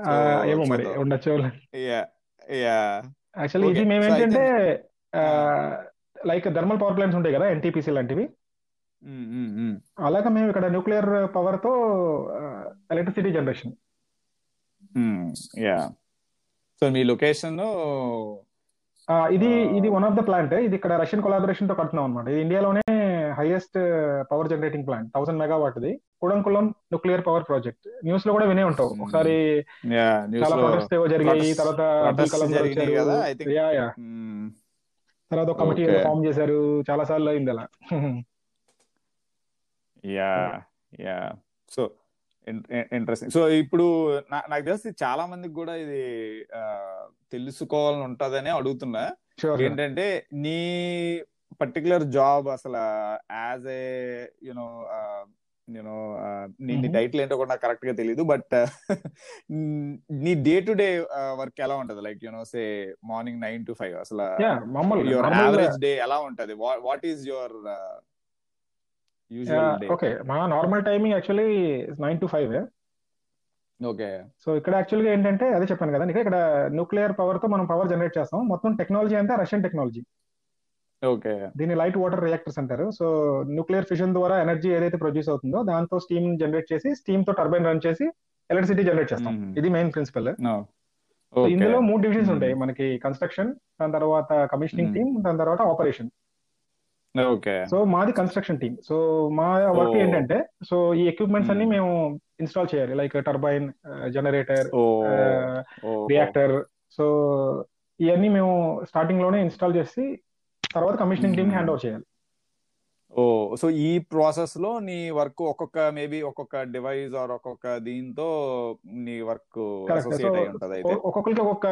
ఆ, Uh, ఏమో మరి ఉండొచ్చు యా యా యాక్చువల్లీ ఇది Okay. మేము So, I ఏంటంటే ఆ. లైక్ థర్మల్ పవర్ ప్లాంట్స్ ఉంటాయి కదా ఎన్టీపీసీ లాంటివి అలాగే మేము ఇక్కడ న్యూక్లియర్ పవర్ తో ఎలక్ట్రిసిటీ జనరేషన్ యా సో మీ లొకేషన్ ఇది ఆ. ఇది వన్ ఆఫ్ ద ప్లాంట్ ఇది ఇక్కడ రష్యన్ కొలాబరేషన్ తో కడుతున్నాం అనమాట ఇది ఇండియాలోనే highest power generating plant thousand మెగావాట్ది Kudankulam nuclear power project news లో కూడా వినే ఉంటావు Hmm. ఒకసారి యా న్యూస్ చాలా లో ప్రొటెస్ట్ ఏవో జరిగాయి protests- తర్వాత అబ్దుల్ protests కలాం గారు జరిగినాయి వచ్చారు. కదా, I think. Yeah, yeah. మ్మ్. తర్వాత ఒక కమిటీ Okay. ఫామ్ చేశారు చాలా సార్లు అయింది అలా yeah yeah so interesting so ఇప్పుడు నా- నాకు తెలిసి చాలా మందికి కూడా ఇది ఆ, తెలుసుకోవాలని ఉంటదని అడుగుతున్నా షూర్ ఏంటంటే నీ పర్టికులర్ జాబ్ అసలు యాజ్ ఏ యునో యూనో నీ నీ Mhm. టైటిల్ ఏంటో కూడా నాకు కరెక్ట్ గా తెలియదు బట్ నీ డే టు డే వర్క్ ఎలా ఉంటది like you know say morning nine to five అసలు యా మామూలు యువర్ యావరేజ్ డే ఎలా ఉంటది what is your usual day okay మా normal timing actually nine to five okay so ఇక్కడ యాక్చువల్గా ఏంటంటే అదే చెప్పాను కదా ఇక్కడ- ఇక్కడ న్యూక్లియర్ పవర్ తో మనం పవర్ జనరేట్ చేస్తాం మొత్తం టెక్నాలజీ అంతా రష్యన్ టెక్నాలజీ ఓకే దీన్ని లైట్ వాటర్ రియాక్టర్స్ అంటారు సో న్యూక్లియర్ ఫిషన్ ద్వారా ఎనర్జీ ఏదైతే ప్రొడ్యూస్ అవుతుందో దాంతో స్టీమ్ జనరేట్ చేసి స్టీమ్ తో టర్బైన్ రన్ చేసి ఎలక్ట్రిసిటీ జనరేట్ చేస్తాం Mhm. ఇది మెయిన్ ప్రిన్సిపల్ ఓకే ఇందులో మూడు డివిజన్స్ Mhm. ఉంటాయి మనకి కన్స్ట్రక్షన్ దాని తర్వాత కమిషనింగ్ Mhm. టీమ్ దాని తర్వాత ఆపరేషన్ ఓకే సో మాది కన్స్ట్రక్షన్ టీమ్ సో మా వర్క్ Oh. ఏంటంటే సో ఈ ఎక్విప్మెంట్స్ అన్ని Mhm. మేము ఇన్స్టాల్ చేయాలి uh, like turbine generator oh uh, Oh. Reactor so ఇవన్నీ మేము స్టార్టింగ్ లోనే ఇన్స్టాల్ చేసి తర్వాత commissioning team Mhm. Hand over చేయాలి ఓ సో ఈ ప్రాసెస్ లో నీ వర్క్ ఒక్కొక్క మేబీ ఒక్కొక్క డివైస్ ఆర్ ఒక్కొక్క దీంతో నీ work Correct. Associate So, oh, అయి ఉంటది అయితే ఒ- ఒక్కొక్కరికి ఒక్కొక్క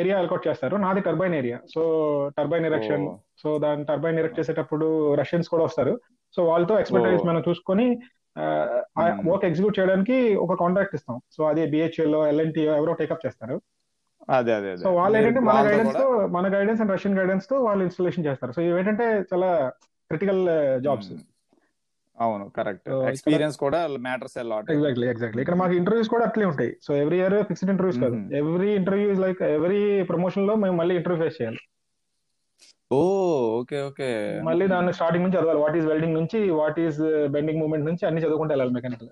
ఏరియా అలకౌట్ చేస్తారు నాది turbine area so turbine erection ఓ. సో దాని టర్బైన్ ఎరెక్ట్ చేసేటప్పుడు రష్యన్స్ కూడా వస్తారు సో వాళ్ళతో ఎక్స్పర్టైజ్ మనం చూసుకొని Hmm. వర్క్ ఎగ్జిక్యూట్ చేయడానికి ఒక కాంట్రాక్ట్ ఇస్తాం సో అదే బిహెచ్ఎల్ ఎల్ఎన్టీఓ ఎవరో టేకప్ చేస్తారు అదే అదే అదే సో వాళ్ళు మీరు ఏంటంటే మన వాళ్ళతో గైడెన్స్ కూడా- తో మన గైడెన్స్ అండ్ రష్యన్ గైడెన్స్ తో వాళ్ళు ఇన్స్టలేషన్ చేస్తారు సో ఇవి ఏంటంటే చాలా uh, క్రిటికల్ జాబ్స్ మ్మ్. అవును కరెక్ట్ So, ఇక్కడ- ఎక్స్పీరియన్స్ కూడా మ్యాటర్స్ లాట్ ఎగ్జాక్ట్లీ ఎగ్జాక్ట్లీ ఇక్కడ మాకు ఇంటర్వ్యూస్ కూడా అట్లే ఉంటాయి so every year fixed interviews కాదు Mhm. Every interview like every promotion లో మేము మళ్ళీ ఇంటర్వ్యూ ఫేస్ చేయాలి ఓ ఓకే ఓకే మళ్ళీ దాన్ని స్టార్టింగ్ నుంచి చదవాలి వాట్ ఈస్ వెల్డింగ్ నుంచి వాట్ ఈస్ బెండింగ్ మూమెంట్ నుంచి అన్ని చదువుకుంటూ వెళ్ళాలి మెకానికల్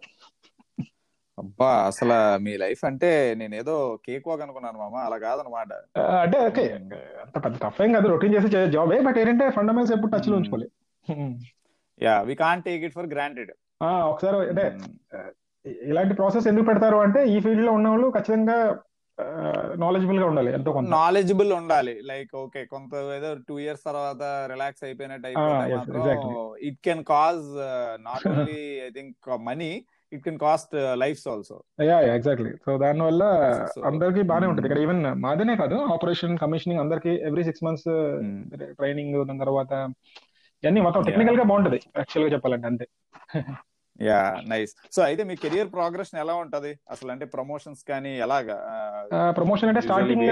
అబ్బా అసలు మీ లైఫ్ అంటే నేనేదో కేక్ వాక్ అనుకున్నాను మామ అలా కాదనమాట Uh, అంటే ఓకే Hmm. అంత పెద్ద టఫ్ ఏం కాదు రొటీన్ చేసే జాబే బట్ ఏంటంటే ఫండమెంట్స్ ఎప్పుడు టచ్ లో Hmm. ఉంచుకోవాలి Hmm. Yeah we can't take it for granted ఆ, ఒకసారి అంటే ఇ- ఇలాంటి ప్రాసెస్ ఎందుకు పెడతారు అంటే ఈ ఫీల్డ్ లో ఉన్న వాళ్ళు ఖచ్చితంగా నాలెడ్జబుల్ గా ఉండాలి ఎంతో కొంత నాలెడ్జబుల్ Hmm. ఉండాలి లైక్ ఓకే కొంత ఏదో టూ ఇయర్స్ తర్వాత రిలాక్స్ అయిపోయినట్టు అయిపోతే yes, మాత్రం exactly. It can cause not only I think money it can cost lives also yeah exactly so దానివల్ల So, అందరికీ బాగానే ఉంటుంది hmm. ఇక్కడ ఈవెన్ మాదేనే కాదు ఆపరేషన్ కమిషనింగ్ అందరికీ every six months training uh, దాని తర్వాత ఇవన్నీ మొత్తం Hmm. Yeah. టెక్నికల్ గా బాగుంటది యాక్చువల్ గా చెప్పాలంటే అంతే యా నైస్ సో అయితే మీ కెరియర్ ప్రోగ్రెషన్ ఎలా ఉంటది అసలు అంటే ప్రమోషన్స్ కానీ ఎలాగా Uh, ప్రమోషన్ Uh, అంటే uh, స్టార్టింగ్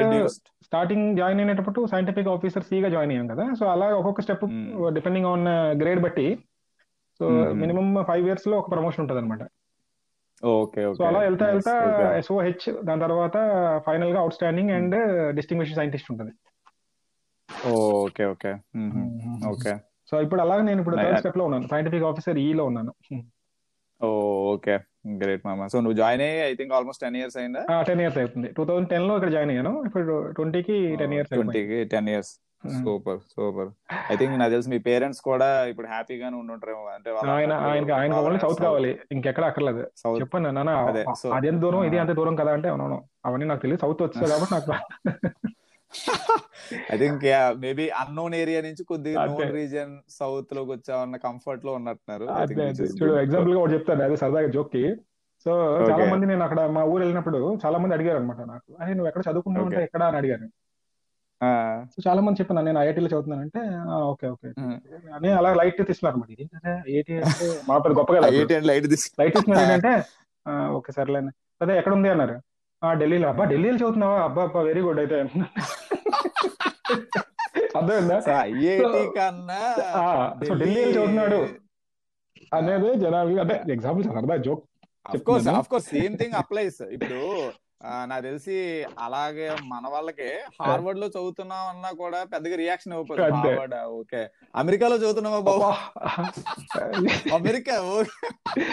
స్టార్టింగ్ జాయిన్ అయినప్పుడు సైంటిఫిక్ ఆఫీసర్ గా జాయిన్ అయ్యాం కదా సో అలా ఒక్కొక్క step Hmm. Depending on grade uh, బట్టి so Hmm. Minimum five years లో ఒక ప్రమోషన్ ఉంటుంది అనమాట ఓకే సో ఓకే అలా వెళ్తా వెళ్తా ఎస్ఓహెచ్ దాని తర్వాత ఫైనల్ గా uh, outstanding and Hmm. Distinguish scientist ఉంటుంది okay okay Mm-hmm. Okay so ఇప్పుడు అలాగే నేను ఇప్పుడు hmm, Nice. థర్డ్ స్టెప్ లో ఉన్నాను సైంటిఫిక్ ఆఫీసర్ ఈ లో ఉన్నాను ఓకే గ్రేట్ మామ సో నువ్వు జాయిన్ అయ్యి I think almost ten years అయిందా టెన్ ఇయర్స్ అవుతుంది టూ థౌసండ్ టెన్ లో ఇక్కడ జాయిన్ అయ్యాను ఇప్పుడు ట్వంటీకి టెన్ ఇయర్స్ ట్వంటీకి ten years Hmm. Super super I think నాకు తెలిసి మీ పేరెంట్స్ కూడా ఇప్పుడు హ్యాపీగానే ఉండుంటారేమో అంటే ఆయన ఆయనకి ఆయనకి ఓన్లీ సౌత్ కావాలి ఇంకెక్కడ అక్కర్లేదు సౌత్ చెప్పాను నాన్న అదే, so- అది ఎంత దూరం ఇది ఆ. అంత దూరం కదా అంటే అవునవును అవన్నీ నాకు తెలియదు సౌత్ వచ్చేది కాబట్టి నాకు I think maybe unknown area నుంచి కొద్దిగా అదే. నోన్ రీజియన్ సౌత్ లోకి వచ్చామన్న కంఫర్ట్ లో ఉన్నట్టున్నారు I think అదే which అదే is చూడు good. ఎగ్జాంపుల్ గా ఒకటి చెప్తాను అదే సరదాగా జోక్ కి సో Okay. చాలా మంది నేను అక్కడ మా ఊరు వెళ్ళినప్పుడు చాలా మంది అడిగారు అనమాట నాకు అరే నువ్వు ఎక్కడ చదువుకున్నావు అంటే Okay. ఎక్కడ అని అడిగారు ఆ, సో చాలా మంది చెప్పాను నేను ఐఐటీలో చదువుతున్నాను అంటే ఓకే ఓకే ఉమ్. అని అలా లైట్ తీసుకున్నారు అనమాట ఏంటంటే ఐఐటీ అంటే మా పెద్ద గొప్పగా ఐఐటి అండ్ లైట్ తీసు లైట్ తీసుకున్నారు ఏంటంటే "ఆ, ఓకే సర్లే అని. అదే ఎక్కడ ఉంది అన్నారు ఆ ఢిల్లీలో అబ్బా ఢిల్లీలో చదువుతున్నావా అబ్బా అబ్బా వెరీ గుడ్ అయితే అర్థమైందా ఐఐటి కన్నా ఆ, సో ఢిల్లీ వెళ్ళి చదువుతున్నాడు అనేది జనాలు అంటే ఎగ్జాంపుల్ సరదా జోక్ కోర్స్ చెప్తున్నాను. Of course same thing applies ఇప్పుడు ఆ, నాకు తెలిసి అలాగే మన వాళ్ళకి హార్వర్డ్ లో చదువుతున్నాం అన్నా కూడా పెద్దగా రియాక్షన్ ఇవ్వకపోతే అంతే. హార్వర్డ్ ఓకే అమెరికాలో చదువుతున్నావా బాబు అమెరికా ఓకే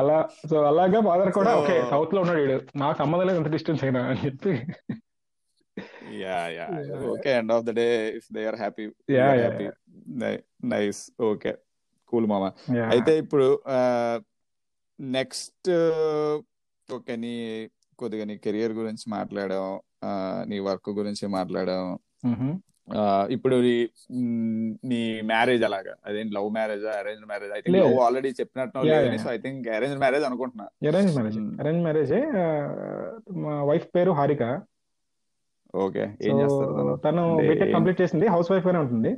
అలా సో అలాగా ఫాదర్ కూడా So- ఓకే సౌత్ లో ఉన్నాడు వీడు నాకు సంబంధం లేదు ఎంత డిస్టెన్స్ అయినా అని చెప్పి yeah yeah okay end of the day if they are happy Yeah, yeah, Ah. Happy nice okay cool మామ అయితే ఇప్పుడు నెక్స్ట్ ఓకే నీ కొద్దిగా నీ కెరియర్ గురించి మాట్లాడాం ఆ, నీ వర్క్ గురించి మాట్లాడాం మ్మ్. ఆ, ఇప్పుడు ఈ, మ్, నీ మ్యారేజ్ అలాగా అదేంటి love marriage arrange marriage I think లేదు. లవ్ ఆల్రెడీ చెప్పినట్టు Yeah, లేదు yeah. So I think arrange marriage అనుకుంటున్నా అరేంజ్ మ్యారేజ్ మ్మ్. అరేంజ్ మ్యారేజ్ మా వైఫ్ పేరు హారిక ఓకే ఏం సో చేస్తారు తను తను అంటే బీటెక్ ఏం- కంప్లీట్ చేసింది హౌస్ వైఫ్ గానే ఉంటుంది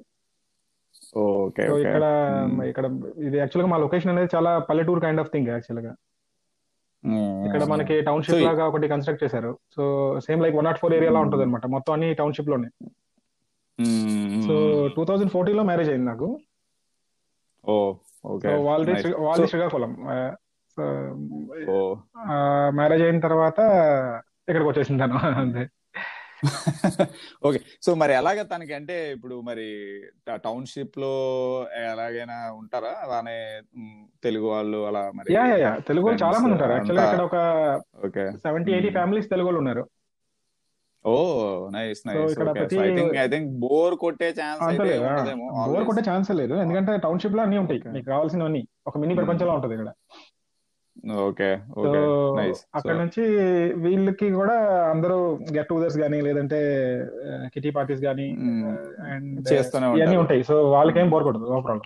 ఓకే సో ఓకే ఇక్కడ మ్మ్. ఇక్కడ ఇది యాక్చువల్ గా మా లొకేషన్ అనేది చాలా పల్లెటూరు కైండ్ ఆఫ్ థింగ్ యాక్చువల్ గా ఇక్కడ మ్మ్. మనకి Hmm. So, Hmm. టౌన్షిప్ ఈ- లాగా ఒకటి కన్స్ట్రక్ట్ చేశారు so same like one not four ఏరియాలో మ్మ్. ఉంటుంది అనమాట మొత్తం అన్ని టౌన్షిప్ లోనే మ్మ్. సో టూ థౌజండ్ ఫోర్టీన్ లో మ్యారేజ్ అయింది నాకు ఓ ఓకే సో వాళ్ళది Nice. శ్రీ- వాళ్ళది So- శ్రీకాకుళం ఆ, సో ఓ ఆ, మ్యారేజ్ అయిన తర్వాత ఇక్కడికి వచ్చేసింది తను అంతే ఓకే సో మరి ఎలాగ తనకి అంటే ఇప్పుడు మరి ట- టౌన్షిప్ లో ఎలాగైనా ఉంటారా అలానే మ్, తెలుగు వాళ్ళు అలా మరి యా యా యా తెలుగు వాళ్ళు చాలా మంది ఉంటారు యాక్చువల్ గా ఇక్కడ ఒక okay seventy eighty Hmm. Families Telugu వాళ్ళు ఉన్నారు ఓ నైస్ So, నైస్ ఇక్కడ ఓకే ప్రతి- I think I think bore కొట్టే ఛాన్స్ అంత అయితే లేదు ఉండదేమో బోర్ కొట్టే ఛాన్స్ లేదు ఎందుకంటే టౌన్షిప్ లో అన్ని ఉంటాయి Okay. మీకు కావాల్సినవన్నీ ఒక మినీ Hmm. ప్రపంచంలో ఉంటుంది ఇక్కడ ఓకే సో ఓకే నైస్ అక్కడ నుంచి వీళ్ళకి కూడా అందరూ గెట్ టుగెదర్స్ కానీ లేదంటే కిటీ పార్టీస్ కానీ అండ్ చేస్తూనే ఇవన్నీ ఉంటారు ఉంటాయి సో వాళ్ళకేం బోర్ కొట్టదు ఓవరాల్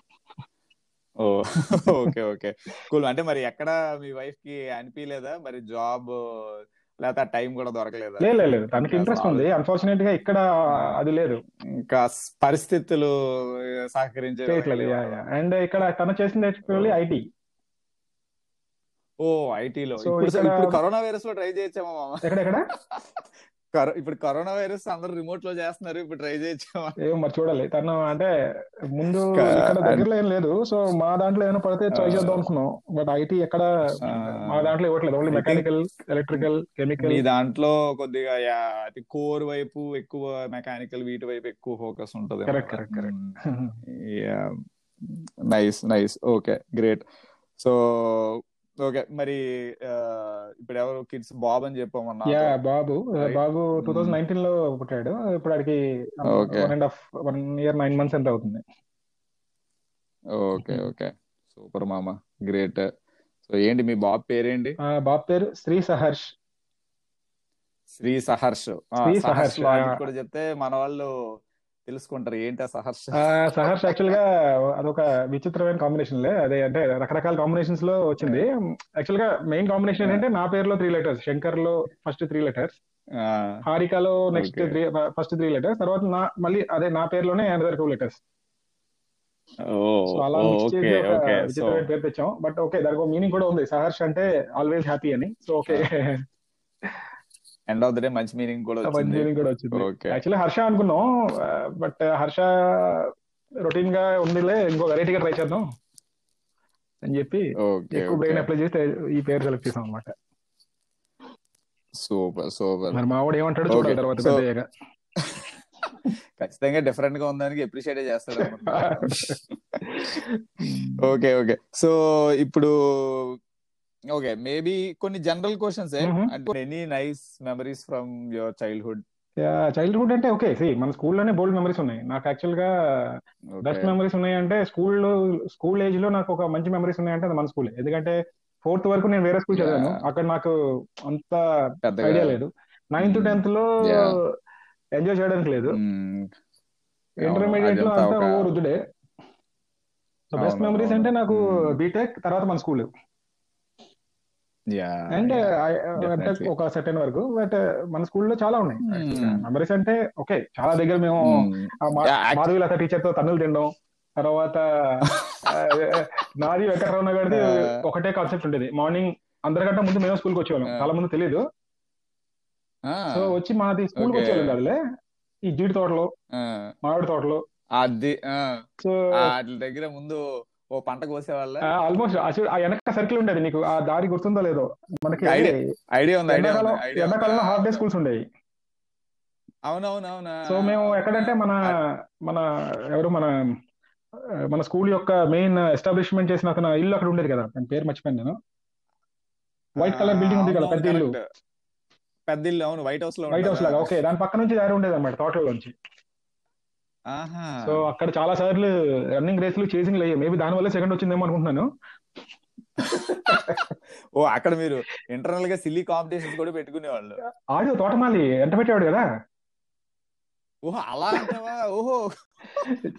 ఓ ఓకే ఓకే కూల్ అంటే మరి ఎక్కడ మీ వైఫ్ కి అనిపించలేదా మరి జాబ్ లేకపోతే ఆ టైం కూడా దొరకలేదా లేదు లేదు తనకి ఇంట్రెస్ట్ ఉంది అన్ఫార్చునేట్ గా ఇక్కడ అది లేదు ఇంకా స్- పరిస్థితులు సహకరించే చేయట్లేదు అండ్ ఇక్కడ తను చేసింది యాక్చువల్లీ ఐటీ ఓ ఐటీలో So, ఇప్పుడు ఇక్కడ- ఇప్పుడు కరోనా వైరస్ లో ట్రై చేయొచ్చేమో మామ ఎక్కడెక్కడ కరో- ఇప్పుడు కరోనా వైరస్ అందరు రిమోట్ లో చేస్తున్నారు ఇప్పుడు ట్రై చేయొచ్చేమో ఏం మరి చూడాలి తను అంటే ముందు కా- ఇక్కడ దగ్గరలో ఏం లేదు సో మా దాంట్లో ఏమైనా పడితే ట్రై ఆ. చేద్దాం అనుకున్నాం బట్ ఐటీ ఎక్కడ ఆ. మా దాంట్లో ఇవ్వట్లేదు only I think- mechanical electrical chemical మీ దాంట్లో కొద్దిగా కోర్ వైపు ఎక్కువ మెకానికల్ వీటి వైపు ఎక్కువ ఫోకస్ ఉంటుంది Correct, correct, correct. Nice nice okay great so okay మరి ఆ, ఇప్పుడు ఎవరు కిడ్స్ బాబ్ అని చెప్పామన్నా యా బాబు Uh, Right. బాబు టూ థౌజండ్ నైన్టీన్ లో పుట్టాడు ఇప్పుడు ఆడికి um, Okay. One and half one year nine months ఎంత అవుతుంది ఓకే ఓకే సూపర్ మామ గ్రేట్ సో ఏంటి మీ బాబు పేరేంటి ఆ Uh, బాబు పేరు శ్రీ సహర్ష్ శ్రీ సహర్ష్ ఆ, శ్రీ సహర్ష్ సహర్ష్. లాజిక్ కూడా చెప్తే మన వాళ్ళు తెలుసుకుంటారు ఏంటి ఆ సహర్ష ఆ, Uh, సహర్ష్ యాక్చువల్ గా అదొక విచిత్రమైన కాంబినేషన్ లే అదే అంటే రకరకాల కాంబినేషన్స్ లో వచ్చింది యాక్చువల్ గా మెయిన్ కాంబినేషన్ ఏంటంటే నా పేరులో త్రీ లెటర్స్ శంకర్ లో ఫస్ట్ త్రీ లెటర్స్ ఆ, హారికలో uh, next Okay. Three first three letters తర్వాత నా మళ్ళీ అదే నా పేరులోనే another two letters oh so అలా ఓ, మిక్స్ చేసి ఓకే ఒక ఓకే సో విచిత్రమైన పేరు తెచ్చాం బట్ ఓకే దానికి మీనింగ్ కూడా ఉంది సహర్ష్ అంటే ఆల్వేస్ హ్యాపీ అని so okay end of the day మంచి మీనింగ్ కూడా మంచి వచ్చింది మీనింగ్ కూడా వచ్చింది ఓకే యాక్చువల్లీ హర్ష అనుకున్నాం బట్ హర్ష రొటీన్ గా ఉందిలే ఇంకో వెరైటీగా ట్రై చేద్దాం అని చెప్పి ఓకే ఎక్కువ బ్రెయిన్ అప్లై చేస్తే ఈ పేరు సెలెక్ట్ చేసాం అనమాట సూపర్ సూపర్ మరి మావాడు ఏమంటాడో Okay. చూడాలి తర్వాత So- పెద్ద అయ్యాక. ఖచ్చితంగా డిఫరెంట్ గా ఉందానికి ఎప్రిషియేట్ చేస్తాడు ఓకే ఓకే సో ఇప్పుడు ఓకే మేబీ కొన్ని జనరల్ క్వశ్చన్స్ Mhm. అంటే any nice memories from your childhood childhood అంటే ఓకే సి మన స్కూల్లోనే బోల్డ్ మెమరీస్ ఉన్నాయి నాకు యాక్చువల్ గా బెస్ట్ మెమరీస్ ఉన్నాయంటే స్కూల్లో స్కూల్ ఏజ్ లో నాకు ఒక మంచి మెమరీస్ ఉన్నాయంటే అది మన స్కూల్ ఎందుకంటే ఫోర్త్ వరకు నేను వేరే స్కూల్ చదివాను Yeah. అక్కడ నాకు అంత పెద్దగా ఐడియా లేదు నైన్త్ Mm. టెన్త్ లో Yeah. ఎంజాయ్ చేయడానికి లేదు మ్మ్. అవును, ఇంటర్మీడియట్ లో అదంతా అంతా ఒక- ఓ రుద్దుడే బెస్ట్ అవును, మెమరీస్ అవును. అంటే నాకు Mm. బీటెక్ తర్వాత మన uh, school Yeah, and yeah. Tech Definitely. ఒక సెటన్ వరకు బట్ మన స్కూల్లో చాలా ఉన్నాయి Hmm. మెమరీస్ అంటే ఓకే చాలా దగ్గర మేము మ్మ్. ఆ uh, మా- Mm. Yeah, act- Madhavi Latha teacher తో తన్నులు తినడం తర్వాత ఆ, నాది వెంకటరమణ గారిది ఆ. ఒకటే కాన్సెప్ట్ ఉండేది మార్నింగ్ అందరికంటే ముందు మేము స్కూల్కి వచ్చేవాళ్ళం ఆ. చాలా మంది తెలియదు Ah, సో వచ్చి మాది స్కూల్కి Okay. వచ్చేవాళ్ళం వాళ్ళే ఈ జీడి తోటలో ah. మామిడి తోటలో అది ah. సో ఆ, వాటి దగ్గర ముందు ఓ పంట కోసేవాళ్ళ ఆల్మోస్ట్ ఆ వెనక సర్కిల్ ఉండేది నీకు ఆ దారి గుర్తుందో లేదో మనకి ఐడియా ఐడియా ఉంది ఐడియా ఎండాకాలం ఉంది ఐడియా ఉంది. ఎండాకాలంలో హాఫ్ డే స్కూల్స్ ఉండేవి అవునవును అవునా సో మేము ఎక్కడంటే మన మన ఎవరు మన ఆ, మన స్కూల్ యొక్క మెయిన్ ఎస్టాబ్లిష్మెంట్ చేసిన అతను ఇల్లు అక్కడ ఉండేది కదా దాని పేరు మర్చిపోయాను నేను వైట్ కలర్ బిల్డింగ్ ఉంది కదా, అవునవును, పెద్ద ఇల్లు. correct. పెద్ద ఇల్లు అవును వైట్ హౌస్ లో వైట్ హౌస్ ఉండేదా? లాగా ఓకే దాని పక్క నుంచి దారి ఉండేది అనమాట తోటలోంచి ఆహా. సో అక్కడ చాలా సార్లు రన్నింగ్ రేసులు చేసింగ్ అయ్యాయి మేబీ దాని వల్ల సెకండ్ వచ్చిందేమో అనుకుంటున్నాను ఓ అక్కడ మీరు ఇంటర్నల్ గా సిల్లీ కాంపిటీషన్స్ కూడా పెట్టుకునేవాళ్ళు ఆడియో తోటమాలి ఎంట పెట్టేవాడు కదా ఓహో అలా అంటావా ఓహో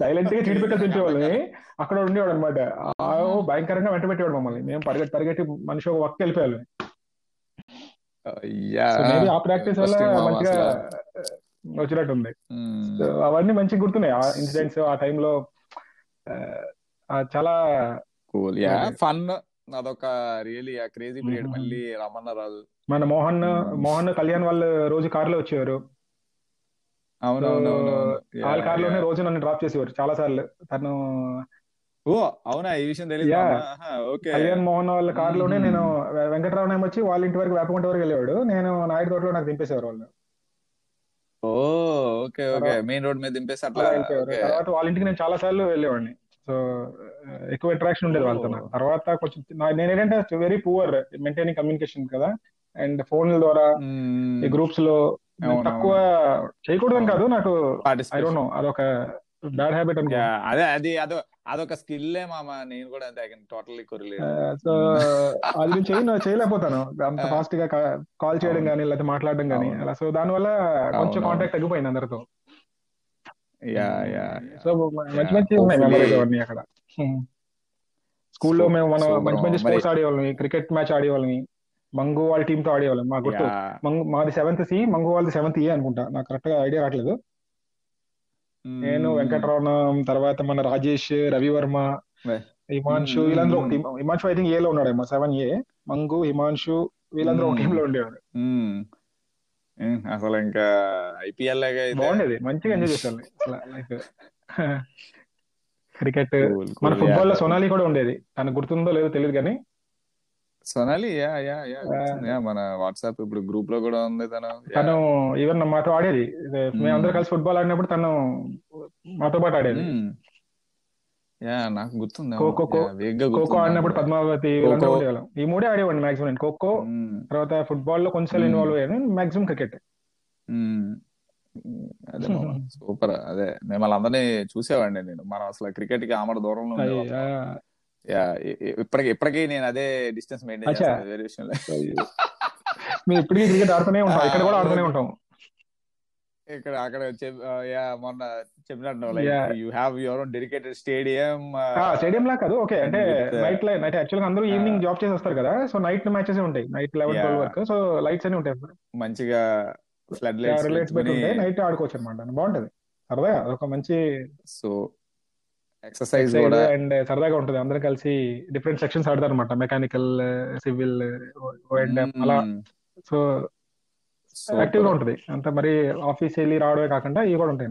సైలెంట్ గా చిడిపెట్ట తెచ్చేవాళ్ళని అక్కడ ఉండేవాడు అనమాట భయంకరంగా వెంట పెట్టేవాడు మమ్మల్ని మేము పరిగెట్టి పరిగెట్టి మనిషి ఒక వక్క వెళ్ళిపోయాలి అయ్యా మేబీ ఆ ప్రాక్టీస్ వల్ల Interesting, మామ, మంచిగా అసలు. వచ్చినట్టుంది మ్మ్. So, అవన్నీ మంచిగా గుర్తున్నాయి ఆ ఇన్సిడెంట్స్ ఆ టైంలో చాలా Cool, yeah. ఫన్ అదొక రియలీ క్రేజీ పీరియడ్ Mhm. మళ్ళీ రమణ రాజు మన మోహన్ Hmm. మోహన్ కళ్యాణ్ వాళ్ళు రోజు కారులో వచ్చేవారు అవునవునవును వాళ్ళ కారులోనే రోజు నన్ను డ్రాప్ చేసేవారు చాలా సార్లు తను ఓ అవునా ఈ విషయం తెలియదు Yeah. Mm-hmm. మామ. ఆహా, ఓకే కళ్యాణ్ మోహన్ వాళ్ళ కారులోనే Hmm. నేను వె- వెంకటరావు ఏమో వచ్చి వాళ్ళ ఇంటి వరకు వేపకుంట వరకు వెళ్ళేవాడు నేను నాయుడు తోటలో నాకు దింపేసేవారు వాళ్ళు oh okay okay main road మీద దింపేసి అట్లా అలా వెళ్ళిపోయేవారు ఓకే తర్వాత వాళ్ళ ఇంటికి నేను చాలా సార్లు వెళ్ళేవాడిని సో ఎక్కువ ఇంటరాక్షన్ ఉండేది వాళ్ళతో నాకు తర్వాత కొంచెం నా- నేనేంటంటే వెరీ పూర్ మెయింటైనింగ్ కమ్యూనికేషన్ కదా అండ్ ఫోన్ల ద్వారా మ్మ్. ఈ గ్రూప్స్ లో నేను అవును, తక్కువ చేయకూడదని కాదు నాకు I Hmm. Participation. Don't know అదొక బ్యాడ్ హ్యాబిట్ అనుకో Yeah, అదే అది అదో అదొక స్కిల్ మామ నేను కూడా అంతే టోటల్లీ కొరలేదు సో అది నేను చేయను చేయలేకపోతాను అంత ఆ. ఫాస్ట్ గా కాల్ చేయడం కానీ లేకపోతే మాట్లాడడం కానీ అవును. అలా సో దాని వల్ల కొంచెం అవును. కాంటాక్ట్ తగ్గిపోయింది అందరితో యా యా సో మంచి మంచి Yeah, ఉన్నాయి hopefully- Hmm. మెమరీస్ అవన్నీ అక్కడ స్కూల్లో So- మేము మనం so మంచి మనం మంచి స్పోర్ట్స్ మరి- ఆడేవాళ్ళం క్రికెట్ మ్యాచ్ ఆడేవాళ్ళం మంగు వాళ్ళ టీమ్ తో ఆడేవాళ్ళం మా గుర్తు Yeah. మంగు మాది సెవెంత్ సి మంగు వాళ్ళది సెవెంత్ ఏ అనుకుంటా నాకు కరెక్ట్ గా ఐడియా రావట్లేదు నేను Mm. వెంకటరమణం తర్వాత మన రాజేష్ రవివర్మ Right. హిమాన్షు Hmm. వీళ్ళందరూ ఒక team Himanshu I think A లో ఉన్నాడేమో సెవెన్ ఏ మంగు హిమాన్షు వీళ్ళందరూ ఒక Hmm. టీం లో ఉండేవారు Mm. Mm, అసలు ఇంకా ఐపీఎల్ లాగా అయితే బాగుండేది మంచిగా ఎంజాయ్ చేసేవాళ్ళు లైఫ్ క్రికెట్ Cool, cool, మన yeah. ఫుట్బాల్ లో సోనాలి కూడా ఉండేది తనకు గుర్తుందో లేదో తెలియదు కానీ సోనాలి యా యా యా గుర్తుంది. Yeah, మన వాట్సాప్ ఇప్పుడు గ్రూప్ లో కూడా ఉంది తను Yeah. Hmm. తను ఈవెన్ మాతో ఆడేది మేమందరం కలిసి ఫుట్బాల్ ఆడినప్పుడు తను మాతో పాటు ఆడేది Mm. Yeah, నాకు గుర్తుంది అవును. ఖోఖో, ఖో- Yeah, వేగ్గా ఖోఖో గుర్తుంది. ఆడినప్పుడు పద్మావతి వీళ్ళందరూ ఉండేవాళ్ళం ఈ మూడే ఆడేవాడిని మాక్సిమం నేను ఖోఖో Mm. తర్వాత ఫుట్బాల్ లో కొంచెం Hmm. ఇన్వాల్వ్ అయ్యాను మాక్సిమం క్రికెట్ మ్మ్. అదే మామ సూపర్ అదే మిమ్మల్ని అందరినీ చూసేవాడిని నేను మనం అసలు క్రికెట్ కి ఆమడ దూరంలో ఉండేవాళ్ళం. యా, ఇ- ఇ- ఇప్పటికి ఇప్పటికీ నేను అదే డిస్టెన్స్ మెయింటైన్ అచ్చా. చేస్తాను వేరే విషయంలో మేము ఇప్పటికీ క్రికెట్ ఆడుతూనే ఉంటాం ఇక్కడ కూడా ఆడుతూనే Ah. ఉంటాం ఇక్కడ అక్కడ చెప్- ఆ, యా మొన్న చెప్పినట్టు yeah. Like you have your own dedicated stadium stadium లా కాదు ఓకే అంటే With, uh, night night actual గా అందరూ Ah. ఈవినింగ్ జాబ్ చేసి వస్తారు కదా సో నైట్ మ్యాచెస్ ఉంటాయి నైట్ లెవెన్ Yeah. ట్వెల్వ్ వరకు సో లైట్స్ అన్ని ఉంటాయి మంచిగా ఫ్లడ్ లైట్స్ రిలేట్స్ పెట్టి ఉంటాయి నైట్ ఆడుకోవచ్చు అనమాట బాగుంటది సరదాగా ఒక మంచి సో ఎక్సర్సైజ్ కూడా అండ్ uh, సరదాగా ఉంటది అందరం కలిసి డిఫరెంట్ సెక్షన్స్ ఆడతారు అనమాట మెకానికల్ సివిల్ అండ్ Hmm. అలా సో యాక్టివ్ గా ఉంటుంది అంత మరి ఆఫీస్ వెళ్ళి రావడమే కాకుండా ఇవి కూడా ఉంటాయి